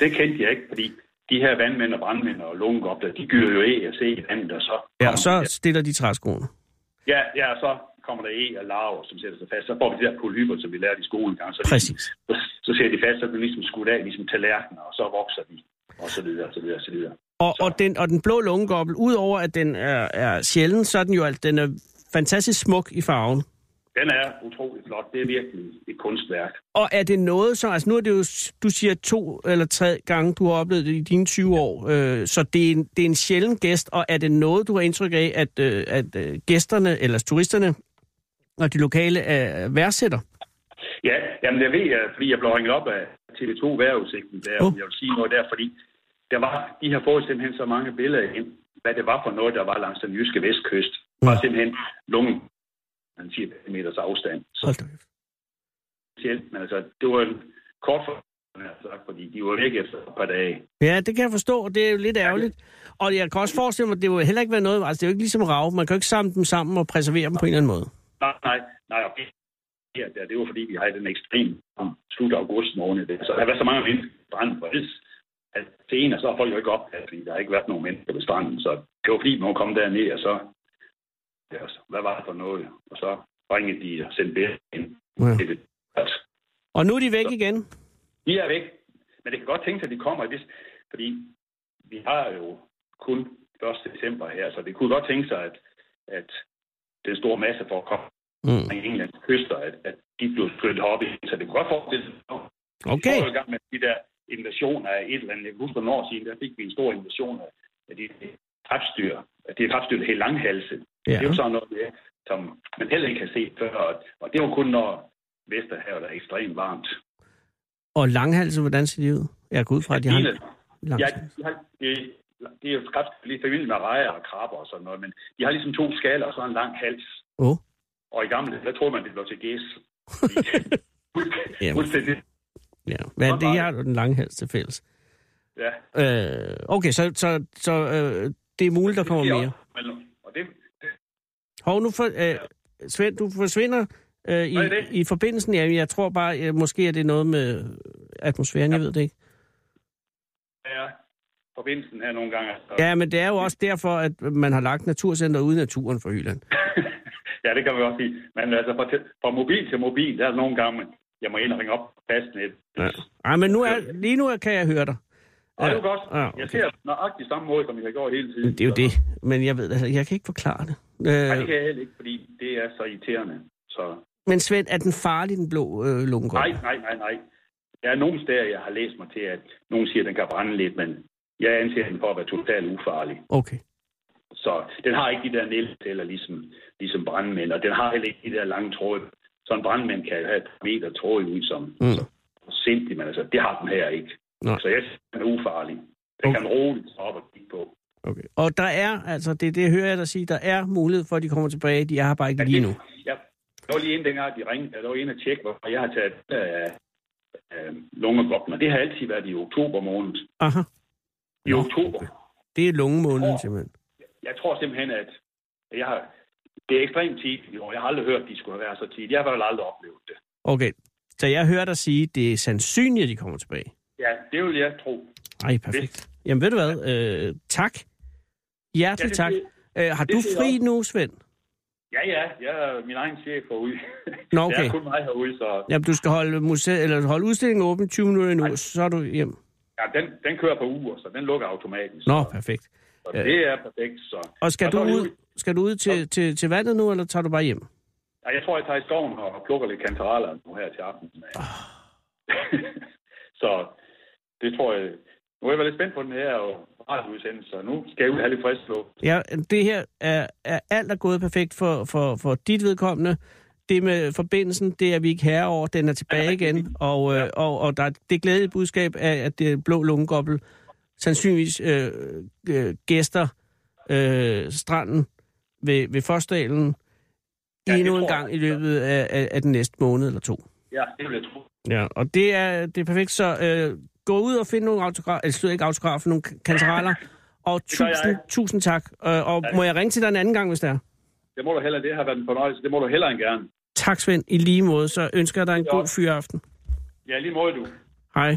G: Det kendte jeg ikke, fordi de her vandmænd og brandmænd og lungegobler, de gyrer jo æg og se hinanden, og så...
D: Ja,
G: kommer
D: og
G: de
D: så
G: der-
D: stiller de træskoene.
G: Ja, ja, og så kommer der æg og larver, som sætter sig fast. Så får vi de der polyper, som vi lærte i skolen engang. Så,
D: Præcis.
G: De, så ser de fast, så bliver de ligesom skudt af, ligesom tallerkener, og så vokser de, og så videre, og så videre, og så videre.
D: Og, og, den, og den blå lungegobbel, udover at den er, er sjælden, så er den jo alt, den er fantastisk smuk i farven.
G: Den er utrolig flot. Det er virkelig et kunstværk.
D: Og er det noget, som... Altså nu er det jo, s- du siger to eller tre gange, du har oplevet det i dine 20 år, øh, så det er, en, det er en sjælden gæst, og er det noget, du har indtryk af, at, øh, at øh, gæsterne, eller turisterne, og de lokale øh, værdsætter?
G: Ja, jamen det ved jeg, fordi jeg blev ringet op af TV2 Vejrudsigten der,
D: Åh.
G: oh. jeg vil sige noget der, fordi der var, de har fået simpelthen så mange billeder ind, hvad det var for noget, der var langs den jyske vestkyst. Det var
D: Ja.
G: simpelthen lungen, man siger, meters afstand. Så
D: Hold da kæft.
G: specielt, men altså, det var en kort for, altså, fordi de var væk efter et par dage.
D: Ja, det kan jeg forstå, og det er jo lidt ærgerligt. Og jeg kan også forestille mig, at det vil heller ikke være noget... Altså, det er jo ikke ligesom rav. Man kan jo ikke samle dem sammen og preservere dem på en eller anden måde.
G: Nej, nej, nej, og det her der, det var fordi, vi havde den ekstrem om slut af august måned. Der. Så der var så mange mennesker på stranden på Hils, at senere, så har folk jo ikke opdaget, fordi der har ikke været nogen mennesker på stranden. Så det var fordi, man kom derned, og så, ja, så hvad var det for noget? Og så ringede de og sendte billeder ind.
D: Ja.
G: til det. Altså,
D: Og nu er de væk igen.
G: Mm. De er væk. Men det kan godt tænkes, at de kommer, hvis, fordi vi har jo kun 1. december her, så det kunne godt tænke sig, at, at den store masse for at komme
D: Mm.
G: omkring Englands kyster, at, at de blev skyllet op i. Så det kunne godt forestille sig. Vi
D: Okay.
G: var jo i gang med de der invasioner af et eller andet. Jeg kan huske, for nogle år siden, der fik vi en stor invasion af- af de krebsdyr. Af de krebsdyr, der helt langhalse.
D: Ja.
G: Det er jo sådan noget, det er, som man heller ikke har set før. og- Og det var kun, når Vesterhavet er ekstremt varmt.
D: Og langhalse, hvordan ser de ud? Jeg går ud fra, at de har...
G: Hele-
D: Langs...
G: Ja, de har, det, det er jo kræft, lige familie med rejer og krabber og sådan noget, men de har ligesom to skaller og så en lang hals.
D: Åh.
G: Og i gamle, der troede man, det blev til gæs. Fordi-
D: Jamen.
G: Fuldstændig.
D: Ja. Hvad er det, jeg har jo den lange hals til fælles?
G: Ja,
D: Øh, okay, så, så, så øh, det er muligt, der kommer
G: det er
D: mere.
G: også- men- Og det,
D: Hov, nu for, øh, Svend, du forsvinder øh, i,
G: Hvad er det?
D: i forbindelsen. Ja, jeg tror bare, øh, måske er det noget med atmosfæren, jeg ved det ikke.
G: er forbindelsen her nogle gange. altså. Så,
D: Ja, men det er jo også derfor, at man har lagt naturcenter ude i naturen for Jylland.
G: ja, det kan man godt sige. Men altså, fra, te- fra mobil til mobil, der er nogle gange, man- jeg må ind og ringe op fastnet.
D: Ja. Ej, men nu er, lige nu kan jeg høre dig.
G: Og det er jo godt.
D: Ja,
G: Jeg
D: okay.
G: ser nøjagtigt samme måde, som jeg har gjort hele tiden.
D: Det er jo
G: Så-
D: det, men jeg ved altså, jeg kan ikke forklare det.
G: Nej, det
D: Øh,
G: kan jeg heller ikke, fordi det er så irriterende. Så
D: men Svend, er den farlig, den blå øh,
G: Nej,
D: lungegård?
G: nej, nej, nej. Der er nogle steder, jeg har læst mig til, at nogen siger, at den kan brænde lidt, men jeg anser den for at være totalt ufarlig.
D: Okay.
G: Så den har ikke de der nælceller, ligesom, ligesom brandmænd, og den har heller ikke de der lange tråde. Så en brandmand kan jo have et par meter tråd ud som
D: Mm.
G: mm. sindsigt, men altså, det har den her ikke.
D: Nej.
G: Så jeg synes, den er ufarlig. Den
D: Okay.
G: kan roligt tage op og kigge på.
D: Okay. Og der er, altså det, det hører jeg dig sige, der er mulighed for, at de kommer tilbage. De er her bare ikke lige nu.
G: Ja, der var lige en dengang, de ringede, der var en at tjekke, hvor jeg har taget øh, øh, lungevogner. Det har altid været i oktober måned.
D: Aha.
G: I
D: Nå.
G: oktober.
D: Det er lungemåneden
G: Åh.
D: simpelthen.
G: jeg tror simpelthen, at jeg har, det er ekstremt tidligt i år. Jeg har aldrig hørt, at de skulle være så tidligt. Jeg har i hvert fald aldrig oplevet det.
D: Okay. Så jeg hører dig sige, det er sandsynligt, at de kommer tilbage.
G: Ja, det vil jeg tro.
D: Ej, perfekt. Jamen ved du hvad, øh, tak.
G: Ja,
D: Hjertelig
G: det
D: tak. Øh, har
G: det
D: du
G: siger jeg
D: fri nu, Svend?
G: Ja, ja, jeg er min egen chef herude.
D: Nå,
G: Det
D: okay.
G: er kun mig herude, så
D: Jamen, du skal holde, muse- eller holde udstillingen åben 20 minutter endnu, så er du hjem.
G: ja, den, den kører på uger, så den lukker automatisk.
D: Nå, perfekt.
G: Så det er perfekt, så...
D: Og skal
G: Og
D: du
G: så er vi
D: ud, skal du ud til, til, til vandet nu, eller tager du bare hjem?
G: Ja, jeg tror, jeg tager i skoven og plukker lidt kantareller nu her til aften. så det tror jeg... Nu er jeg været lidt spændt på den her og radioudsendelse, så nu skal jeg ud og have lidt frisk luft.
D: Ja, det her er, er alt er gået perfekt for, for, for dit vedkommende. Det med forbindelsen, det er vi ikke herre over. Den er tilbage igen, og, øh, og, og der er det glædelige budskab af, at det blå lungegobbel sandsynligvis øh, øh, gæster øh, stranden ved, ved Forsdalen
G: Ja,
D: ja,
G: det
D: endnu en
G: tror jeg,
D: gang i
G: altså.
D: løbet af, af, af den næste måned eller to.
G: Ja, det vil jeg tro.
D: Ja, og det er, det er perfekt. Så øh, gå ud og find nogle autografer, eller slet ikke autografer, nogle k- kantereller. Og
G: Det gør jeg.
D: tusind, tusind tak. Øh, og må jeg ringe til dig en anden gang, hvis det er?
G: Det må du hellere, det har været en fornøjelse. Det må du hellere end gerne.
D: Tak, Svend. I lige måde, så ønsker jeg dig en
G: Ja.
D: god fyraften.
G: Ja, lige måde du.
D: Hej.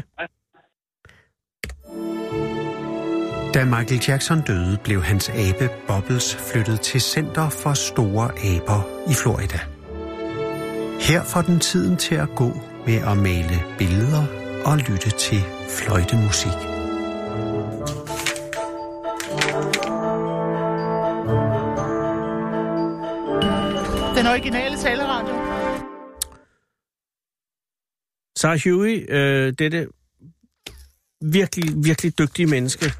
B: Da Michael Jackson døde, blev hans abe Bobbles flyttet til Center for Store Aber i Florida. Her får den tiden til at gå med at male billeder og lytte til fløjtemusik.
H: Den originale taleradio.
D: Sarah Huey, øh, dette virkelig, virkelig dygtige menneske,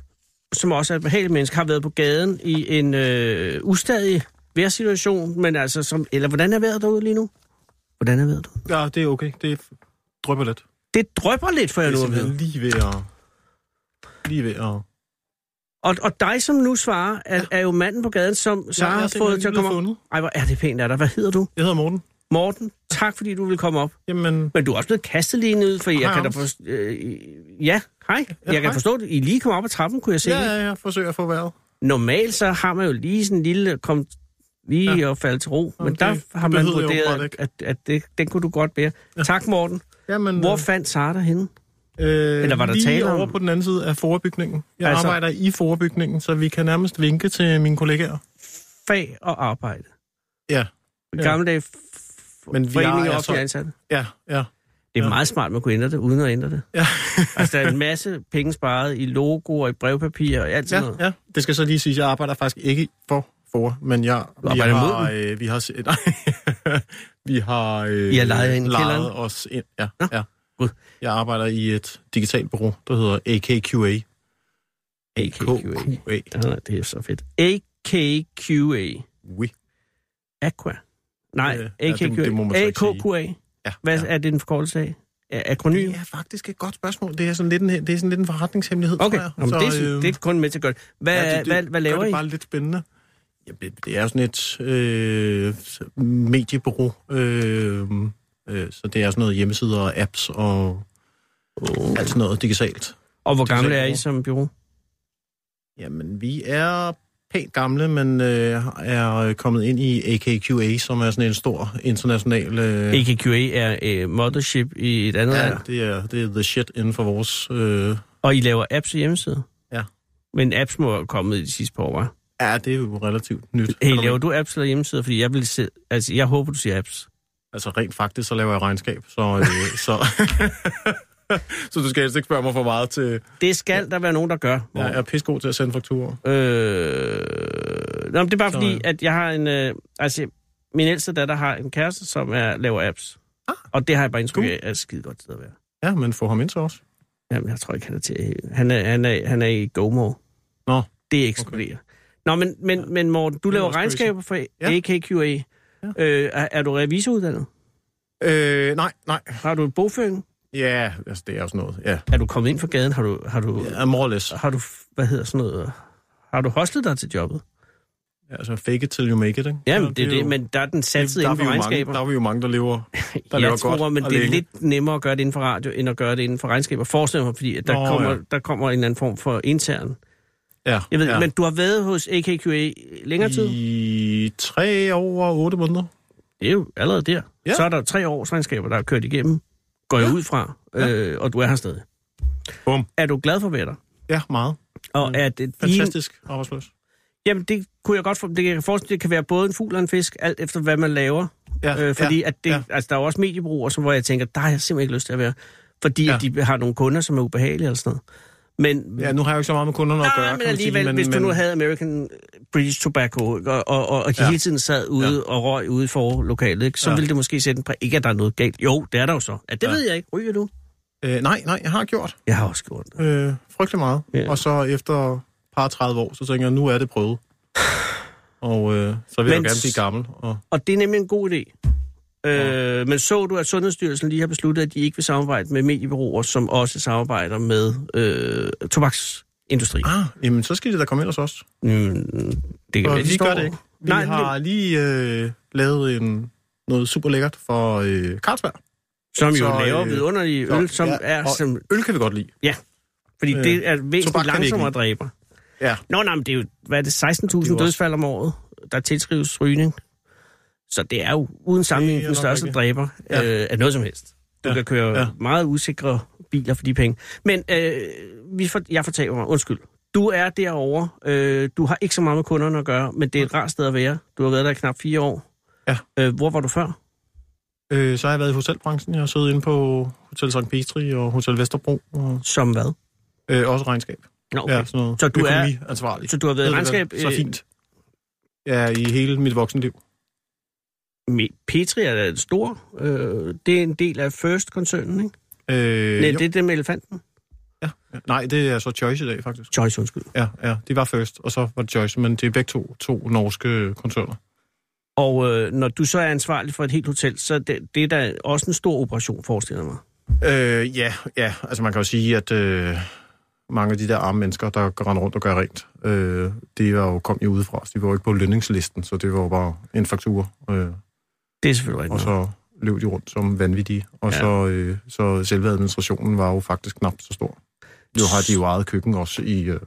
D: som også er et behageligt menneske, har været på gaden i en øh, ustadig vejrsituation, men altså som... Eller hvordan er vejret derude lige nu? Hvordan er vejret derude?
I: Ja, det er okay. Det drømmer lidt.
D: Det drøber lidt, for jeg
I: Det er
D: nu at vide.
I: simpelthen lige ved at... Lige ved at...
D: Og, og dig, som nu svarer, er, er jo manden på gaden, som så
I: jeg
D: har
I: er simpelthen
D: fået til at
I: blevet
D: komme op.
I: fundet.
D: Ej, hvor er det pænt af dig. Hvad hedder du?
I: Jeg hedder Morten.
D: Morten, tak fordi du vil komme op.
I: Jamen,
D: Men du er også blevet kastet lige ned, for jeg
I: Hej,
D: kan da
I: Anders.
D: forstå... Øh, ja, hej. Jeg kan
I: hej.
D: forstå, at I lige kom op ad trappen, kunne jeg se.
I: ja, ja, jeg forsøger at få vejret.
D: Normalt så har man jo lige sådan en lille... Kom lige og falde til ro. Men
I: Jamen,
D: der
I: det-
D: har
I: det
D: man
I: behøvede jeg
D: vurderet,
I: åbenbart
D: at,
I: ikke.
D: at, at det, den kunne du godt bære. Tak, Morten.
I: Jamen,
D: Hvor fandt Sara dig henne?
I: øh,
D: eller var der
I: lige
D: tale om-
I: over på den anden side af forebygningen. Jeg
D: Altså-
I: altså... arbejder i forebygningen, så vi kan nærmest vinke til mine kollegaer.
D: Fag og arbejde.
I: Ja,
D: I
I: Ja.
D: gamle dage... Men
I: Men vi
D: vi
I: er
D: foreninger og
I: altså-
D: offentlige ansatte.
I: ja, ja.
D: Det er
I: Ja.
D: meget smart, at man kunne ændre det, uden at ændre det.
I: Ja.
D: altså, der er en masse penge sparet i logoer, i brevpapir og alt sådan noget.
I: Ja, ja. Det skal så lige sige, at jeg arbejder faktisk ikke for for, men jeg, vi,
D: arbejder
I: har,
D: imod
I: øh, vi har... se- Nej, vi har... Øh,
D: I har lejet ind i
I: lejet
D: kælderen?
I: os ind. Ja,
D: Nå,
I: ja.
D: gud.
I: Jeg arbejder i et digitalt bureau, der hedder AKQA.
D: AKQA.
I: AKQA.
D: Ja. Det er så fedt. AKQA.
I: Oui.
D: Aqua. Nej,
I: Øh, ja, det-
D: AKQA.
I: det må man så ikke sige.
D: AKQA.
I: Ja,
D: Hvad
I: ja.
D: er det en forkortelse af? Er- Akronym?
I: Det er faktisk et godt spørgsmål. Det er sådan lidt en, det er sådan lidt en forretningshemmelighed,
D: Okay,
I: tror jeg.
D: Jamen, det, er,
I: øh,
D: det er kun med til at gøre det. Hvad,
I: ja,
D: ja, hvad, hvad laver
I: gør
D: I?
I: det bare lidt spændende. Ja, det, det er jo sådan et øh, mediebureau, øh, øh, så det er sådan noget hjemmesider og apps og oh. alt sådan noget digitalt.
D: Og hvor
I: det er
D: gamle
I: selv
D: er I
I: bureau.
D: som bureau?
I: Jamen, vi er pænt gamle, men øh, er kommet ind i AKQA, som er sådan en stor international... Øh,
D: AKQA er øh, mothership i et andet
I: ja,
D: land,
I: det er, det er the shit inden for vores... Øh,
D: og I laver apps og hjemmesider?
I: Ja.
D: Men apps må være kommet i de sidste par år, hva'?
I: ja, det er jo relativt nyt.
D: Hey, laver du apps eller hjemmesider? Fordi jeg vil se... Altså, jeg håber, du siger apps.
I: Altså rent faktisk, så laver jeg regnskab, så, øh, så, så du skal helst ikke spørge mig for meget til...
D: Det skal der være nogen, der gør.
I: Jeg er pissegod til at sende fakturer.
D: Øh... Nå, men det er bare
I: Så,
D: fordi,
I: ja.
D: at jeg har en... Øh, altså, min ældste datter har en kæreste, som er, laver apps. Ah. Og det har jeg bare indtryk af, er et skide godt sted at være.
I: Ja, men få ham ind til os.
D: Jamen, jeg tror ikke, han er til... Han er, han er, han er i GoMo.
I: Nå,
D: Det eksploderer. Okay. Nå, men, men, men Morten, du
I: Det er
D: laver
I: også crazy.
D: regnskaber for
I: Ja.
D: AKQA. Ja. Øh, er, er du revisoruddannet?
I: øh, nej, nej.
D: Har du en bogføring?
I: Ja, altså det er jo sådan noget. Ja,
D: Er du kommet ind fra gaden? Har du, har du,
I: ja more or less.
D: har du hvad hedder sådan noget? Har du hostet dig til jobbet?
I: Altså fake it till you make it, ikke?
D: Jamen,
I: Ja,
D: det, det er det,
I: jo-
D: men der er den satset
I: der er
D: inden
I: vi
D: for
I: jo mange,
D: regnskaber.
I: Der er vi jo mange, der lever, der lever
D: jeg tror,
I: godt
D: men
I: og
D: det er
I: længe.
D: lidt nemmere at gøre det inden for radio, end at gøre det inden for regnskaber. Forestil mig, fordi at der,
I: Nå,
D: kommer,
I: ja.
D: der kommer en eller anden form for intern.
I: Ja,
D: Jeg ved, ja.
I: ja.
D: men du har været hos AKQA længere tid.
I: I tre år og otte måneder.
D: Det er jo allerede der. Ja.
I: Ja.
D: Så er der tre års regnskaber, der er kørt igennem. Går jeg ud fra, øh, og du er her stadig.
I: Bum.
D: Er du glad for at være der?
I: Ja, meget.
D: Og er det din,
I: Fantastisk arbejdsplads.
D: Jamen, det kunne jeg godt for, det kan jeg forestille, det kan være både en fugl og en fisk, alt efter hvad man laver.
I: Ja,
D: øh, fordi
I: ja,
D: at det,
I: ja.
D: altså, der er jo også mediebrugere, som, hvor jeg tænker, der har jeg simpelthen ikke lyst til at være. Fordi ja.
I: Ja.
D: at de har nogle kunder, som er ubehagelige eller sådan noget. Men,
I: Ja, nu har jeg jo ikke så meget med kunderne at
D: Nej,
I: gøre,
D: men
I: kan man sige,
D: alligevel, sige, hvis du
I: men-
D: nu havde American British Tobacco, ikke, og, og, og, og de ja.
I: Ja.
D: hele tiden sad ude ja.
I: Ja.
D: og røg ude for lokalet, ikke, så ja.
I: Ja.
D: ville det måske sætte en præg. Ikke, at der er noget galt. Jo, det er der jo så. Ja, det ja.
I: Ja.
D: ved jeg ikke. Ryger du?
I: Øh, nej, nej, jeg har gjort
D: Jeg har også gjort det.
I: øh, frygtelig meget.
D: Ja.
I: Ja. Og så efter et par 30 år, så tænker jeg, nu er det prøvet. Og øh, så vil jeg
D: Men
I: jo gerne
D: s-
I: blive gammel. Og,
D: Og det er nemlig en god idé. Øh, men så du, at Sundhedsstyrelsen lige har besluttet, at de ikke vil samarbejde med mediebureauer, som også samarbejder med øh, tobaksindustri?
I: ah, jamen, så skal de da komme ind hos os.
D: Mm, det
I: Og
D: være, de
I: vi
D: står-
I: gør det ikke. Vi
D: Nej,
I: Nej,
D: har...
I: har lige øh, lavet en, noget super lækkert for øh, Carlsberg.
D: som jo
I: så, øh,
D: laver vidunderlige øl,
I: Så,
D: som ja, er
I: og
D: som...
I: Øl kan vi godt lide.
D: Fordi
I: øh,
D: det er
I: tobak
D: væsentligt
I: kan det ikke
D: langsommere
I: lide.
D: dræber.
I: Ja.
D: Nå, nej, men det er jo, hvad er det, 16.000
I: jo også-
D: dødsfald om året, der tilskrives rygning. Så det er jo uden sammenligning
I: Det er
D: den
I: nok
D: største
I: rigtigt.
D: dræber
I: Ja.
D: øh, af noget som helst. Du
I: Ja,
D: kan køre
I: ja.
D: meget usikre biler for de penge. Men øh, vi for, jeg fortaber mig, undskyld. Du er derovre, øh, du har ikke så meget med kunderne at gøre, men det er et rart sted at være. Du har været der i knap fire år.
I: Ja.
D: Øh, hvor var du før?
I: Øh, så har jeg været i hotelbranchen. Jeg har siddet inde på Hotel St. Petri og Hotel Vesterbro. Og,
D: Som hvad?
I: øh, også regnskab.
D: Nå, okay.
I: Ja, sådan noget.
D: Så du er-
I: ansvarlig.
D: Så du har været i regnskab...
I: Så
D: øh,
I: fint. Ja, i hele mit voksenliv.
D: Me- Petri er en stor. Øh, det er en del af First-koncernen, ikke?
I: Øh,
D: Nej,
I: jo.
D: det er det med elefanten.
I: Nej, det er så Choice i dag, faktisk.
D: Choice, undskyld.
I: Ja, ja, de var først, og så var det Choice, men det er begge to, to norske koncerner.
D: Og øh, når du så er ansvarlig for et helt hotel, så er det, det er da også en stor operation, forestiller jeg mig.
I: Øh, ja, ja, altså man kan jo sige, at øh, mange af de der arme mennesker, der går rundt og gør rent, øh, de var jo, kom jo udefra, så de var jo ikke på lønningslisten, så det var jo bare en faktur, øh,
D: Det er selvfølgelig rigtigt.
I: og så løb de rundt som vanvittige, og
D: Ja.
I: ja. så, øh, så selve administrationen var jo faktisk knap så stor. Nu har de jo eget køkken også i, øh,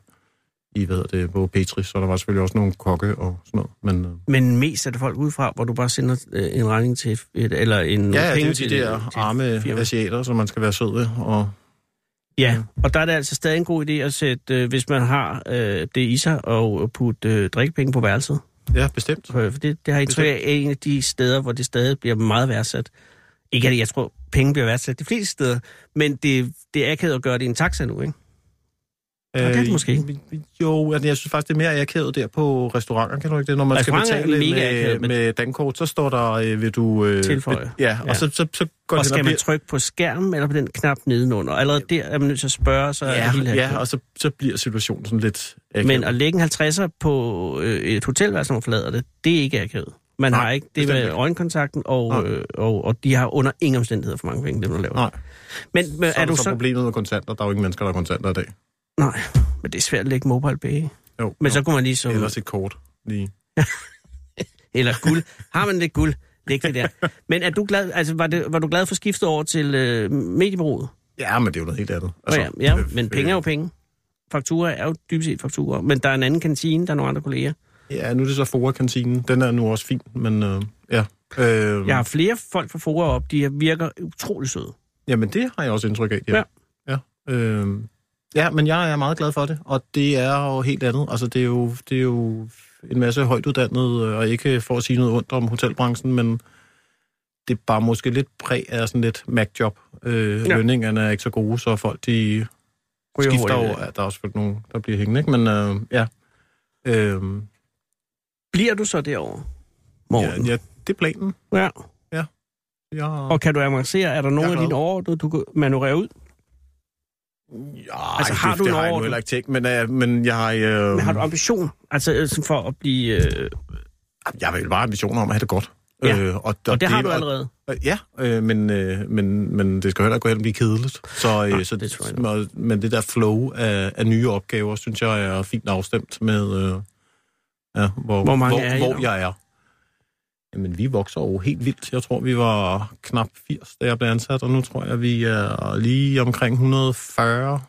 I: i hvad hedder det, på Petri, så der var selvfølgelig også nogle kokke og sådan noget, men... Øh,
D: Men mest er det folk udefra, hvor du bare sender øh, en regning til, et- et, eller en
I: Ja, ja, det
D: penge
I: er
D: til
I: jo de der
D: til et
I: arme
D: firma.
I: asiater, som man skal være sød ved. Og,
D: Ja, og der er det altså stadig en god idé at sætte, øh, hvis man har øh, det i sig, og putte øh, drikkepenge på værelset.
I: ja, bestemt.
D: Øh, For det, det har indtryk af er en af de steder, hvor det stadig bliver meget værdsat. Ikke at jeg tror, penge bliver værdsat de fleste steder, men det, det er akavet at gøre det i en taxa nu, ikke? det er det måske ikke.
I: Øh, Jo, altså, jeg synes faktisk, det er mere akavet der på restauranter, kan du ikke det? Når man skal
D: Restauranter er
I: betale
D: mega
I: med,
D: akavet, men-
I: med dankort, så står der, øh, vil du... Øh,
D: Tilføje.
I: vil- Ja, og
D: Ja.
I: så, så, så går
D: Og
I: det hen
D: skal man
I: bliver-
D: trykke på skærmen eller på den knap nedenunder? Og Allerede der er man nødt til at spørge, så er det hele
I: Ja, ja,
D: her.
I: og så, så bliver situationen sådan lidt akavet.
D: Men at lægge en 50'er på øh, et hotelværelse, når man forlader det, det er ikke akavet. Man
I: Nej,
D: har ikke det
I: bestemt
D: med
I: ikke.
D: øjenkontakten, og,
I: Nej.
D: øh, og, og de har under ingen omstændigheder for mange penge, dem der laver.
I: Nej,
D: Men, men
I: så
D: er du så...
I: problemet med kontanter. Der er jo ikke mennesker, der har kontanter i dag.
D: Nej, men det er svært at lægge mobile pay.
I: Jo,
D: Men
I: jo.
D: så kunne man ligesom...
I: Ellers et kort lige.
D: Eller guld. Har man lidt guld? Læg det der. Men er du glad, altså, var, det, var du glad for skiftet over til øh, mediebureauet?
I: Ja, men det er jo noget helt andet.
D: Altså, ja, ja,
I: øh,
D: men penge er jo
I: øh,
D: penge. Fakturer er jo dybest set fakturer. Men der er en anden kantine, der er nogle andre kolleger.
I: Ja, nu er det så Fora-kantinen. Den er nu også fin, men øh, ja. Øh,
D: Jeg har flere folk fra Fora op, de virker utrolig søde.
I: Jamen, det har jeg også indtryk af, ja.
D: Ja.
I: Ja, ja. Øhm, ja men jeg er meget glad for det, og det er jo helt andet. Altså, det er jo, det er jo en masse højt uddannede, og ikke for at sige noget ondt om hotelbranchen, men det er bare måske lidt præg af sådan lidt magtjob. Øh,
D: Ja.
I: ja. Lønningerne er ikke så gode, så folk de
D: Ryger
I: skifter
D: hurtigt
I: over. Ja, der er også selvfølgelig nogen, der bliver hængende, ikke? Men øh, ja. Øh,
D: Bliver du så derovre? Morgen.
I: ja, ja, det er planen.
D: ja.
I: Jeg,
D: Og kan du avancere? Er der
I: Jeg
D: nogle
I: er
D: af
I: glad.
D: dine overordnede, du kan manøvrere ud?
I: Ja,
D: Altså,
I: det-
D: har du en
I: det har jeg nu
D: overordnet?
I: heller ikke tænkt, men, øh, men jeg har... Øh,
D: Men har du ambition? Altså øh, sådan for at blive... Øh,
I: Jeg vil bare have ambitioner om at have det godt.
D: Ja,
I: Øh, og,
D: og det har du allerede.
I: Og, ja, øh, men, øh, men, men det skal heller ikke gå hen og blive kedeligt. Så, øh,
D: Nej,
I: så
D: det tror jeg ikke.
I: og, men det der flow af, af nye opgaver, synes jeg er fint afstemt med, øh, ja, hvor,
D: Hvor mange
I: hvor,
D: er I
I: hvor
D: nu?
I: jeg er. Jamen, vi vokser jo helt vildt. Jeg tror, vi var knap 80, da jeg blev ansat, og nu tror jeg, vi er lige omkring 140.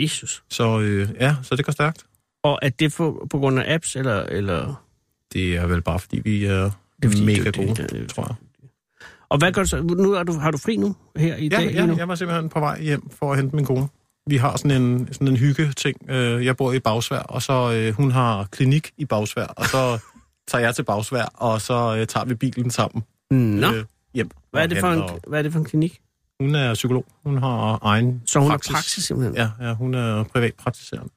D: Jesus.
I: Så øh, ja, så det går stærkt.
D: Og er det for, på grund af apps, eller... eller
I: Det er vel bare, fordi vi er,
D: Det er fordi,
I: mega
D: det er
I: gode,
D: det, det er-
I: tror jeg.
D: og hvad gør du så? Nu er du, har du fri nu, her i
I: Ja,
D: dag?
I: ja,
D: nu?
I: jeg var simpelthen på vej hjem for at hente min kone. vi har sådan en, sådan en hygge-ting. Øh, jeg bor i Bagsvær, og så øh, hun har klinik i Bagsvær, og så tager jeg til Bagsvær, og så øh, tager vi bilen sammen.
D: Nå,
I: Øh, hjem.
D: hvad er,
I: Og
D: det for
I: hen,
D: en,
I: og-
D: hvad er det for en klinik?
I: Hun er psykolog. Hun har egen
D: Så hun
I: praksis.
D: er praksis simpelthen.
I: Ja, ja, hun er privatpraktiserende.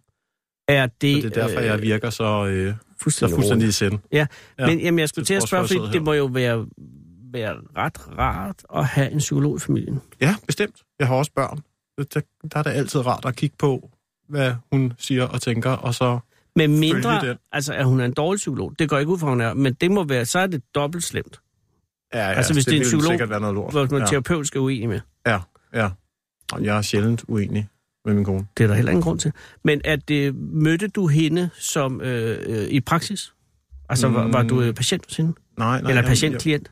D: Er
I: Så
D: det,
I: det er derfor, jeg virker så, øh, så
D: fuldstændig,
I: fuldstændig
D: fuldstændig
I: i sind.
D: Ja,
I: Ja,
D: men jamen, jeg skulle
I: til
D: til at
I: trods
D: spørge,
I: for, at
D: fordi
I: jeg sidder
D: det
I: her.
D: må jo være, være ret rart at have en psykolog i familien.
I: Ja, bestemt. Jeg har også børn. Der, der er det altid rart at kigge på, hvad hun siger og tænker, og så...
D: Med
I: Følge
D: mindre,
I: den.
D: altså at hun er en dårlig psykolog, det går ikke ud fra, hun er, men det må være, så er det dobbelt slemt,
I: Ja, ja,
D: Altså, hvis det er en
I: ville
D: psykolog,
I: sikkert være noget lort.
D: hvor man ja.
I: ja,
D: terapeut skal uenig med.
I: ja, ja. Og jeg er sjældent uenig med min kone.
D: Det er der heller ingen grund til. Men at det, mødte du hende som øh, øh, i praksis? Altså, var, var du øh, patient hos hende?
I: Mm. Nej, nej,
D: Eller
I: jeg- Jeg,
D: patientklient?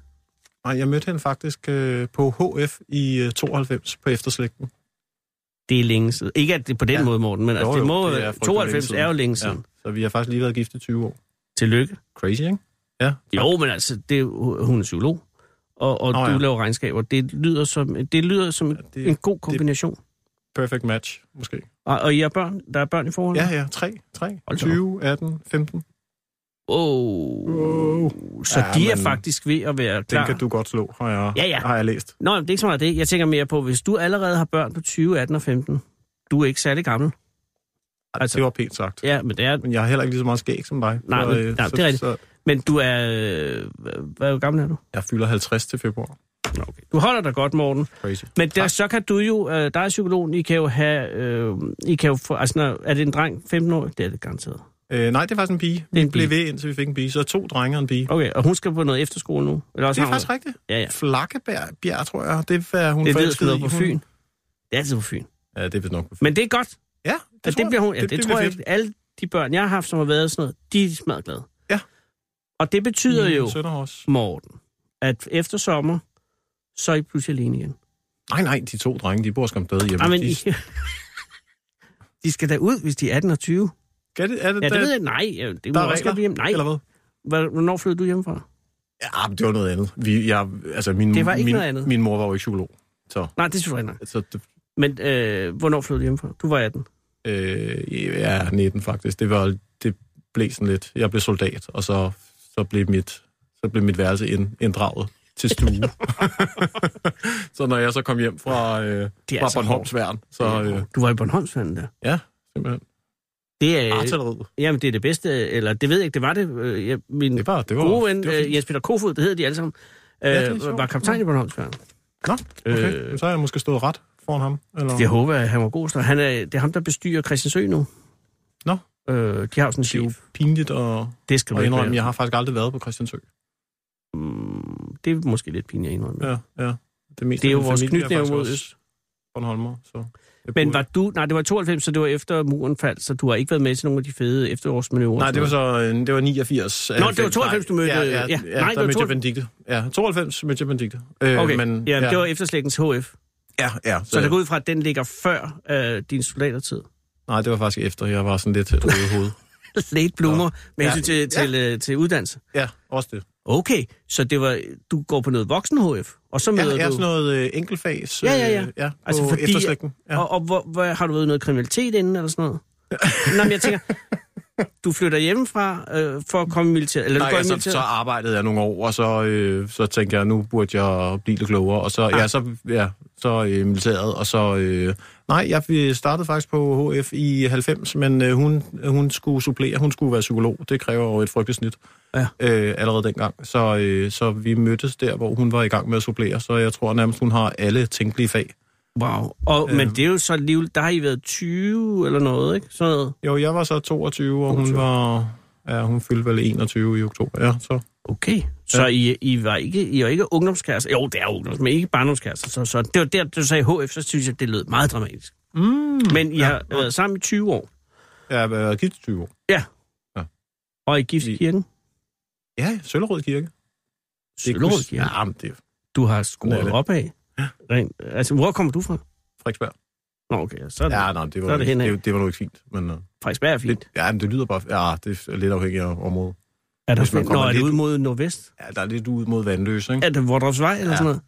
I: nej, jeg mødte hende faktisk øh, på HF i øh, 92 på efterslægten.
D: Det er længe siden. Ikke at det er på den
I: Ja.
D: måde, Morten, men altså,
I: Jo,
D: det
I: jo,
D: må,
I: Altså, det er frygtelig
D: 92
I: længe
D: er jo
I: siden.
D: længe siden. Ja.
I: Ja, så vi har faktisk lige været gift i 20 år.
D: Tillykke.
I: Crazy, ikke? Ja.
D: Jo, men altså, det, er jo- hun er psykolog, og, og
I: Nå,
D: du
I: ja.
D: laver regnskaber. Det lyder som, det lyder som
I: Ja,
D: det, en
I: det-
D: god kombination. Det,
I: Perfect match, måske.
D: og, og I har børn? Der er børn i forhold?
I: Ja, ja, 3, 3,
D: Hold da
I: 20, 18, 15.
D: Oh. Så
I: Ja,
D: ja, de er
I: men-
D: faktisk ved at være
I: Den
D: klar.
I: kan du godt slå, har jeg,
D: Ja, ja.
I: Har jeg læst.
D: Nå, jamen, det er ikke så meget det. Jeg tænker mere på, hvis du allerede har børn på 20, 18 og 15, du er ikke særlig gammel. Altså-
I: Altså, det var pænt sagt.
D: Ja, men, det er,
I: Men jeg har heller ikke lige så meget skæg som dig.
D: Nej, men- nej, det er rigtigt.
I: Så,
D: men du er... øh, Hvad, hvor gammel er du?
I: jeg fylder 50 til februar.
D: Nå, okay. Du holder dig godt, Morten.
I: Crazy.
D: Men der, så kan du jo, øh, dig og psykologen, I kan jo have, øh, I kan jo få, altså når, er det en dreng, 15 år? Det er det garanteret.
I: Øh, nej, det er faktisk en pige.
D: er en
I: Vi blev
D: pige.
I: ved, indtil vi fik en pige. Så to drenge og en pige.
D: Okay, og hun skal på noget efterskole nu? Eller også
I: Det
D: har
I: er
D: hun-
I: faktisk rigtigt.
D: Ja, ja.
I: Flakkeberg, Bjerg, tror jeg. Det er, hun
D: Det lyder
I: forelskede
D: sgu
I: i.
D: på
I: Hun-
D: Fyn. Det er altid på Fyn.
I: Ja, det er vist nok på Fyn.
D: Men det er godt.
I: ja, det,
D: Det,
I: tror
D: det
I: jeg.
D: bliver hun, ja, det, det, tror
I: bliver
D: jeg,
I: fedt.
D: ikke. alle de børn, jeg har haft, som har været sådan noget, de er smadret glade.
I: Ja. Mm,
D: Og det betyder
I: Mine
D: jo,
I: Sønner har også.
D: Morten, at efter sommer, så er I pludselig alene igen.
I: Nej, nej, de to drenge, de bor skam stadig hjemme.
D: Nej, men
I: de,
D: I... De skal da ud, hvis de er 18 og 20.
I: Kan det, er det,
D: Ja,
I: der,
D: det ved jeg. Nej, ja, det må
I: der er
D: også
I: regler,
D: godt blive hjem. Nej,
I: eller hvad?
D: Hvor- hvornår flyttede du hjemmefra?
I: Ja, men det var noget andet. Vi, jeg, altså, min,
D: Det var ikke
I: min,
D: noget andet.
I: Min mor var jo ikke psykolog. Så,
D: Nej, det er selvfølgelig ikke.
I: så det,
D: Men øh, hvornår flyttede du hjemmefra? Du var 18.
I: øh, ja, 19 faktisk. Det, var, det blev sådan lidt... Jeg blev soldat, og så, så, blev, mit, så blev mit værelse ind, inddraget til stue. så når jeg så kom hjem fra, øh,
D: Det er
I: fra
D: altså
I: Bornholms værn, så... Øh,
D: Du var i Bornholmsvandet der.
I: ja, simpelthen.
D: Det er,
I: Artilleriet.
D: jamen, det er det bedste, eller det ved jeg ikke, det var det. Øh, Jeg, min
I: Det var... Det var,
D: gode ven,
I: det var
D: øh,
I: fint.
D: Jens Peter Kofod, det hedder de alle sammen, øh,
I: Ja, det er
D: ja,
I: sjovt.
D: var kaptajn i Bornholmsvandet.
I: Nå, okay.
D: Øh,
I: Jamen, så har jeg måske stået ret foran ham. Eller...
D: Jeg håber, at han var god. snart. Han er, det er ham, der bestyrer Christiansø nu.
I: Nå.
D: Øh, de har jo sådan en
I: det er jo
D: chef.
I: pinligt at,
D: Det skal du
I: at
D: ikke
I: indrømme.
D: være.
I: Jeg har faktisk aldrig været på Christiansø.
D: Mm, det er måske lidt pinligt at indrømme.
I: Ja, ja. Det, meste
D: Det er jo
I: af min
D: vores
I: familie er
D: knytnæve
I: faktisk
D: mod
I: også
D: øst.
I: Bornholmer, så... jeg
D: Men
I: burde-
D: var du... Nej, det var 92, så det var efter muren faldt, så du har ikke været med til nogle af de fede efterårsmanøvrer.
I: Nej, det var så øh, det var 89. Nå,
D: det var 92, du mødte-
I: Ja,
D: ja.
I: ja,
D: Nej,
I: ja, ja,
D: det
I: ja
D: var
I: der mødte
D: 92.
I: jeg Benedikte. Ja, 92 mødte jeg Benedikte. Øh,
D: Okay,
I: men,
D: ja, det var efterslægtens HF.
I: ja, ja,
D: Så det går ud fra, at den ligger før øh, din soldatertid.
I: Nej, det var faktisk efter, jeg var sådan lidt øh, røde i hovedet.
D: Late bloomer med
I: Ja.
D: hensyn til, til, øh, til uddannelse.
I: Ja, også det.
D: Okay, så det var, du går på noget voksen HF, og så
I: Ja,
D: møder
I: jeg er
D: du...
I: sådan noget øh, enkeltfags
D: Ja, ja, ja.
I: øh, ja på
D: Altså,
I: altså
D: fordi-
I: fordi, efterslægten.
D: Ja.
I: Ja.
D: Og, og hvor, hvor, har du været i noget kriminalitet inden, eller sådan noget? Nå, men jeg tænker, du flytter hjemmefra øh, for at komme i militæret, eller
I: Nej,
D: du går i
I: altså,
D: militæret.
I: så arbejdede jeg nogle år, og så, øh, så tænkte jeg, nu burde jeg blive lidt klogere. Og så, ja, så, ja, så øh, militæret, og så... Øh, nej, jeg vi startede faktisk på HF i 90, men øh, hun, hun skulle supplere, hun skulle være psykolog. Det kræver jo et frygteligt snit
D: Ja.
I: øh, allerede dengang. Så, øh, så vi mødtes der, hvor hun var i gang med at supplere, så jeg tror nærmest, hun har alle tænkelige fag.
D: Wow, og, men
I: Øhm.
D: det er jo så alligevel, der har I været 20 eller noget, ikke? Sådan noget.
I: Jo, jeg var så 22, og
D: 22.
I: hun var... Ja, hun fyldte vel 21 i oktober, ja, så...
D: Okay, så I, I, var ikke, I var ikke ungdomskærester. Jo, det er ungdoms, men ikke barndomskærester. Så, så det var der, du sagde HF, så synes jeg, det lød meget dramatisk. Mm, men I ja, har været sammen i 20 år.
I: Jeg har været gift i 20 år.
D: Ja.
I: Ja.
D: Og i giftskirken.
I: Ja, Søllerød Kirke.
D: Søllerød Kirke.
I: Ja, men det er
D: Du har
I: Sådan er
D: skruet
I: det.
D: op af. Rent, altså, hvor kommer du fra?
I: Frederiksberg.
D: Nå, okay, så er det
I: Ja, nej, det
D: Så er
I: var,
D: det
I: det,
D: henad.
I: det, det var nu ikke fint. Men,
D: øh,
I: uh,
D: Frederiksberg er fint.
I: det, ja, men det lyder bare... Ja, det er lidt afhængigt af området.
D: Er der
I: hvis man
D: fint? Nå,
I: kommer
D: er det
I: lidt-
D: ude mod nordvest?
I: Ja, der er lidt ud mod Vandløse, ikke?
D: Er det Vordrupsvej eller
I: Ja.
D: sådan noget?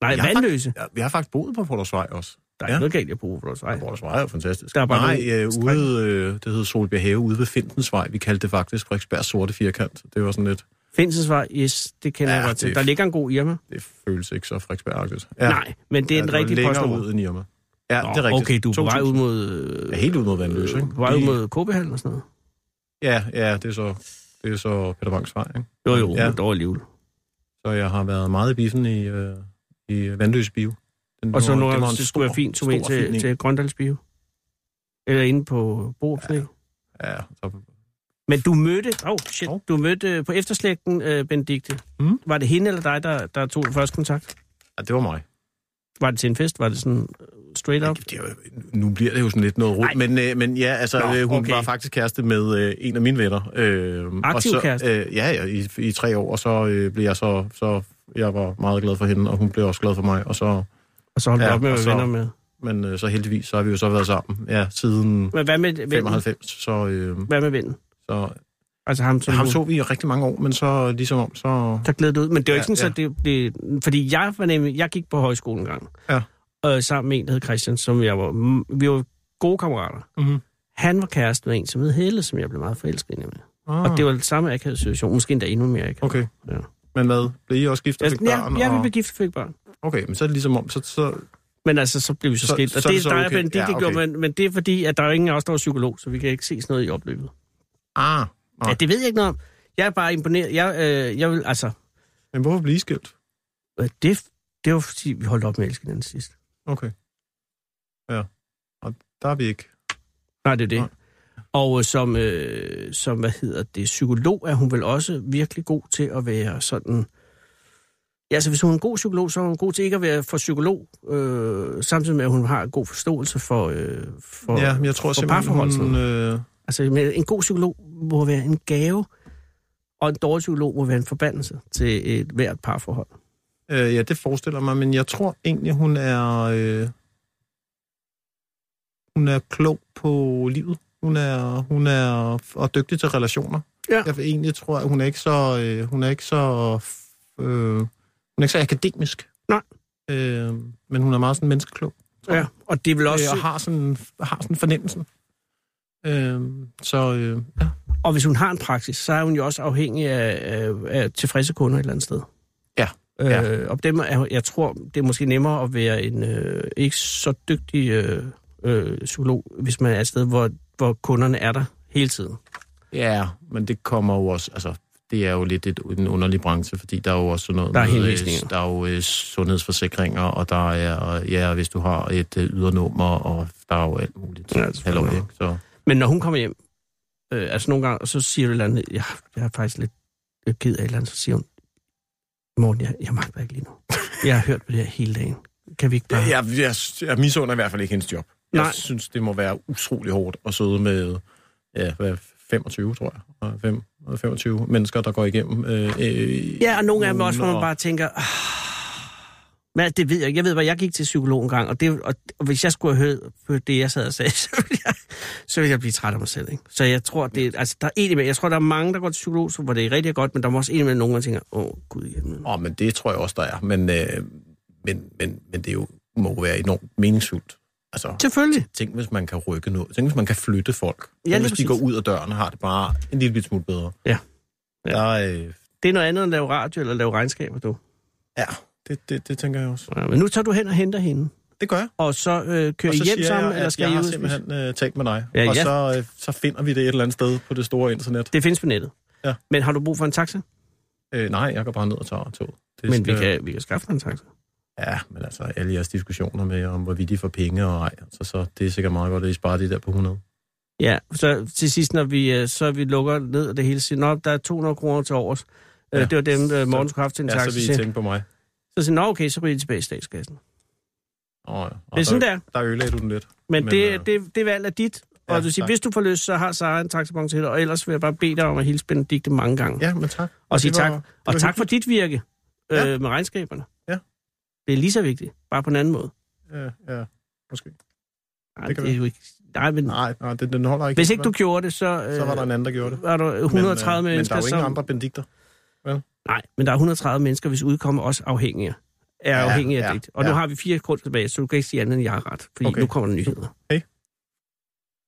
D: Nej,
I: Jeg har
D: Vandløse.
I: Ja, vi har faktisk boet på Fordersvej også.
D: Der er ja.
I: Ja.
D: noget galt i at bruge Brodersvej.
I: Bordersvej er jo fantastisk.
D: Der er bare
I: Nej,
D: nogle
I: øh, ude, øh, det hedder Solbjerg Have, ude ved Fintensvej. Vi kaldte det faktisk Frederiksberg Sorte Firkant. Det var sådan lidt,
D: Finsensvej, yes, det kender
I: Ja,
D: jeg godt til.
I: det-
D: Der ligger en god Irma.
I: det føles ikke så Frederiksberg-agtigt.
D: Ja. Nej, men det er ja, en
I: det var
D: rigtig
I: længere
D: postnummer.
I: ud end Irma. Ja,
D: Nå,
I: det er rigtigt.
D: Okay, du er på vej
I: 2000.
D: ud mod...
I: Ja, helt ud mod Vandløs, ikke?
D: øh, På vej ud mod KB-hallen og sådan noget.
I: Ja, ja, det er så, det er så Peter Bangs vej, ikke?
D: Jo, jo,
I: Ja.
D: ja. men dog alligevel.
I: Så jeg har været meget i biffen i, øh, i Vandløs Bio. Den
D: Og så
I: var-
D: når
I: det var
D: det,
I: en
D: det
I: stor,
D: skulle være fint, tog
I: stor
D: med ind
I: film,
D: til,
I: ikke?
D: til Grøndalsbio. Eller inde på Borup. Ja.
I: Ja, så
D: Men du mødte... Åh, oh, shit.
I: Hov.
D: Du mødte øh, på efterslægten, øh, Benedikte.
I: Mm.
D: Var det hende eller dig, der, der tog den første kontakt?
I: ja, det var mig.
D: Var det til en fest? Var det sådan øh, straight up?
I: Det er jo, nu bliver det jo sådan lidt noget rod, men, øh, men ja, altså,
D: Nå,
I: Nå, hun
D: okay.
I: okay. var faktisk kæreste med øh, en af mine venner. Øh,
D: Aktiv
I: og så,
D: kæreste?
I: Øh, ja, ja i, i tre år, og så øh, blev jeg så, så... Jeg var meget glad for hende, og hun blev også glad for mig, og så...
D: Og så holdt du
I: Ja,
D: op med at
I: og
D: være
I: så-
D: venner med.
I: Men øh, så heldigvis, så har vi jo så været sammen, ja, siden
D: Men hvad med vennen?
I: 95, så... Øh,
D: Hvad med vennen?
I: så
D: Altså ham,
I: Så
D: som
I: ham
D: du-
I: så vi i rigtig mange år, men så ligesom om, så...
D: der glæder du ud. Men det var ikke sådan,
I: Ja,
D: så det blev... Fordi jeg var nemlig... Jeg gik på højskolen engang.
I: Ja.
D: Og sammen med en, der hed Christian, som jeg var... m- Vi var gode kammerater.
I: Mhm.
D: Han var kæreste med en, som hed Helle, som jeg blev meget forelsket i. nemlig.
I: Ah,
D: Og det var den samme akavet situation. Måske endda endnu mere akavet.
I: Okay.
D: Ja.
I: Men hvad? Blev I også gift og
D: Altså,
I: fik
D: ja,
I: børn?
D: ja, vi
I: og...
D: blev gift og fik børn.
I: Okay, men så er det ligesom om, så... så...
D: Men altså, så blev vi så,
I: Så-
D: skilt. Og
I: så er
D: det,
I: det
D: er
I: så
D: dig og
I: okay.
D: Benedikte
I: Ja, okay.
D: gjorde, men, men det er fordi, at der er jo ingen af os, der er psykolog, så vi kan ikke se sådan noget i opløbet.
I: Ah, nej.
D: Ja, det ved jeg ikke noget om. Jeg er bare imponeret. Jeg, øh, jeg vil, altså,
I: Men hvorfor blive skilt?
D: øh, det, det var fordi, vi holdt op med at elske hinanden sidst.
I: Okay. Ja. Og der er vi ikke.
D: Nej, det er det.
I: Nej.
D: Og øh, som, øh, som, hvad hedder det, psykolog er hun vel også virkelig god til at være sådan... Ja, altså hvis hun er en god psykolog, så er hun god til ikke at være for psykolog, øh, samtidig med, at hun har en god forståelse for, øh, for
I: ja, men jeg tror
D: for
I: simpelthen,
D: parforholdet.
I: hun... Øh...
D: Altså, men en god psykolog må være en gave, og en dårlig psykolog må være en forbandelse til et hvert parforhold.
I: Øh, ja, det forestiller mig, men jeg tror egentlig, hun er... Øh... Hun er klog på livet. Hun er, hun er og dygtig til relationer.
D: Ja.
I: Jeg vil egentlig tror, at hun er ikke så... Øh, hun er ikke så... Øh, hun er ikke så akademisk.
D: Nej.
I: Øh, men hun er meget sådan menneskeklog.
D: Ja, og det vil
I: Også...
D: også...
I: Øh, og har sådan, har sådan fornemmelsen. Øh, så øh, ja.
D: Og hvis hun har en praksis, så er hun jo også afhængig af, af, af tilfredse kunder et eller andet sted.
I: Ja, ja.
D: Øh, og dem er, jeg tror, det er måske nemmere at være en øh, ikke så dygtig øh, øh, psykolog, hvis man er et sted, hvor, hvor kunderne er der hele tiden.
I: Ja, men det kommer jo også, altså det er jo lidt et, en underlig branche, fordi der er jo også sådan noget...
D: Der er
I: med, øh,
D: henvisninger.
I: Der er jo øh, sundhedsforsikringer, og der er, ja, hvis du har et øh, ydernummer, og der er jo alt muligt.
D: Ja, selvfølgelig.
I: Halløj, ikke? Så,
D: Men når hun kommer hjem, øh, altså nogle gange, og så siger du et eller andet, jeg, jeg er faktisk lidt øh, ked af et eller andet, så siger hun, Morten, jeg, jeg magter ikke lige nu. Jeg har hørt på det her hele dagen. Kan vi ikke bare...
I: jeg, jeg, jeg misunder i hvert fald ikke hendes job. Jeg
D: Nej.
I: synes, det må være utrolig hårdt at sidde med ja, hvad, 25, tror jeg. 5, 25 mennesker, der går igennem. Øh, øh,
D: Ja, og nogle af dem
I: ugen,
D: også, hvor man
I: og-
D: bare tænker... "Ah." Men altså, det ved jeg ikke. Jeg ved bare, jeg gik til psykolog en gang, og, det, og, og hvis jeg skulle have hørt på det, jeg sad og sagde, så ville jeg, så ville jeg blive træt af mig selv. Ikke? Så jeg tror, det, altså, der er en imellem, jeg tror, der er mange, der går til psykolog, så- hvor det er rigtig godt, men der er også en imellem nogen, der tænker, åh, gud i himlen.
I: Åh, men det tror jeg også, der er. Men, øh, men, men, men det er jo, må jo være enormt meningsfuldt. Altså,
D: Selvfølgelig.
I: tænk, hvis man kan rykke noget. Tænk, hvis man kan flytte folk.
D: Ja,
I: Ja,
D: lige
I: hvis de
D: præcis.
I: går ud af døren og har det bare en lille bit smule bedre.
D: Ja. Ja.
I: Der, er, øh,
D: Det er noget andet end at lave radio eller lave regnskaber, du.
I: ja det, det, det tænker jeg også.
D: Ja, men nu tager du hen og henter hende,
I: Det gør jeg.
D: og så øh, kører
I: Og så
D: I hjem
I: siger
D: sammen,
I: jeg,
D: eller
I: at
D: skal
I: jeg
D: I
I: har
D: ud? og spise?
I: simpelthen øh, talt med dig.
D: Ja,
I: og
D: ja.
I: Så, øh, så finder vi det et eller andet sted på det store internet.
D: Det findes på nettet.
I: Ja.
D: Men har du brug for en taxa?
I: Øh, nej, jeg går bare ned og tager toget. Det
D: Men vi kan, vi kan skaffe dig en taxa.
I: Ja, men altså alle jeres diskussioner med, om hvorvidt de får penge og ej. Altså, så det er sikkert meget godt, at I sparer det der på 100.
D: Ja, så til sidst, når vi, øh, så vi lukker ned og det hele, siger, nå, der er 200 kroner til overs. Ja.
I: Ja.
D: Det var dem, øh, Morten skulle
I: Så-
D: have haft til en
I: Ja,
D: taxa.
I: så vil I tænke på mig.
D: så siger, nå, okay, så ryger I tilbage i statskassen.
I: Oh, ja.
D: Det er sådan, der.
I: Der ødelagde du den lidt.
D: Men, Men
I: Men,
D: det,
I: øh,
D: det, det valg er dit. Og
I: ja,
D: du siger,
I: tak.
D: hvis du får lyst, så har Sara en taxabon til dig, og ellers vil jeg bare bede dig om at hilse Benedikte mange gange.
I: Ja, men tak.
D: og sige
I: det var-
D: tak.
I: det var
D: Og tak for dit virke øh,
I: Ja.
D: med regnskaberne.
I: Ja.
D: Det er lige så vigtigt, bare på en anden måde.
I: Ja, ja. Måske.
D: Nej,
I: Det
D: det,
I: kan
D: er
I: være.
D: jo ikke... Nej, men
I: Nej, nej den, den holder ikke.
D: hvis ikke du gjorde det, så... Øh,
I: Så var der en anden, der gjorde det.
D: var der 130
I: men, øh,
D: mennesker,
I: Men der er jo
D: som...
I: ingen andre bendikter.
D: Nej, men der er 130 mennesker, hvis udkommer også afhængige er ja,
I: Ja,
D: afhængig af
I: ja,
D: ja, dit. Og
I: ja.
D: nu har vi fire kort tilbage, så du kan ikke sige andet, end jeg har ret. Fordi okay.
I: Okay.
D: nu kommer der nyheder.
I: Okay.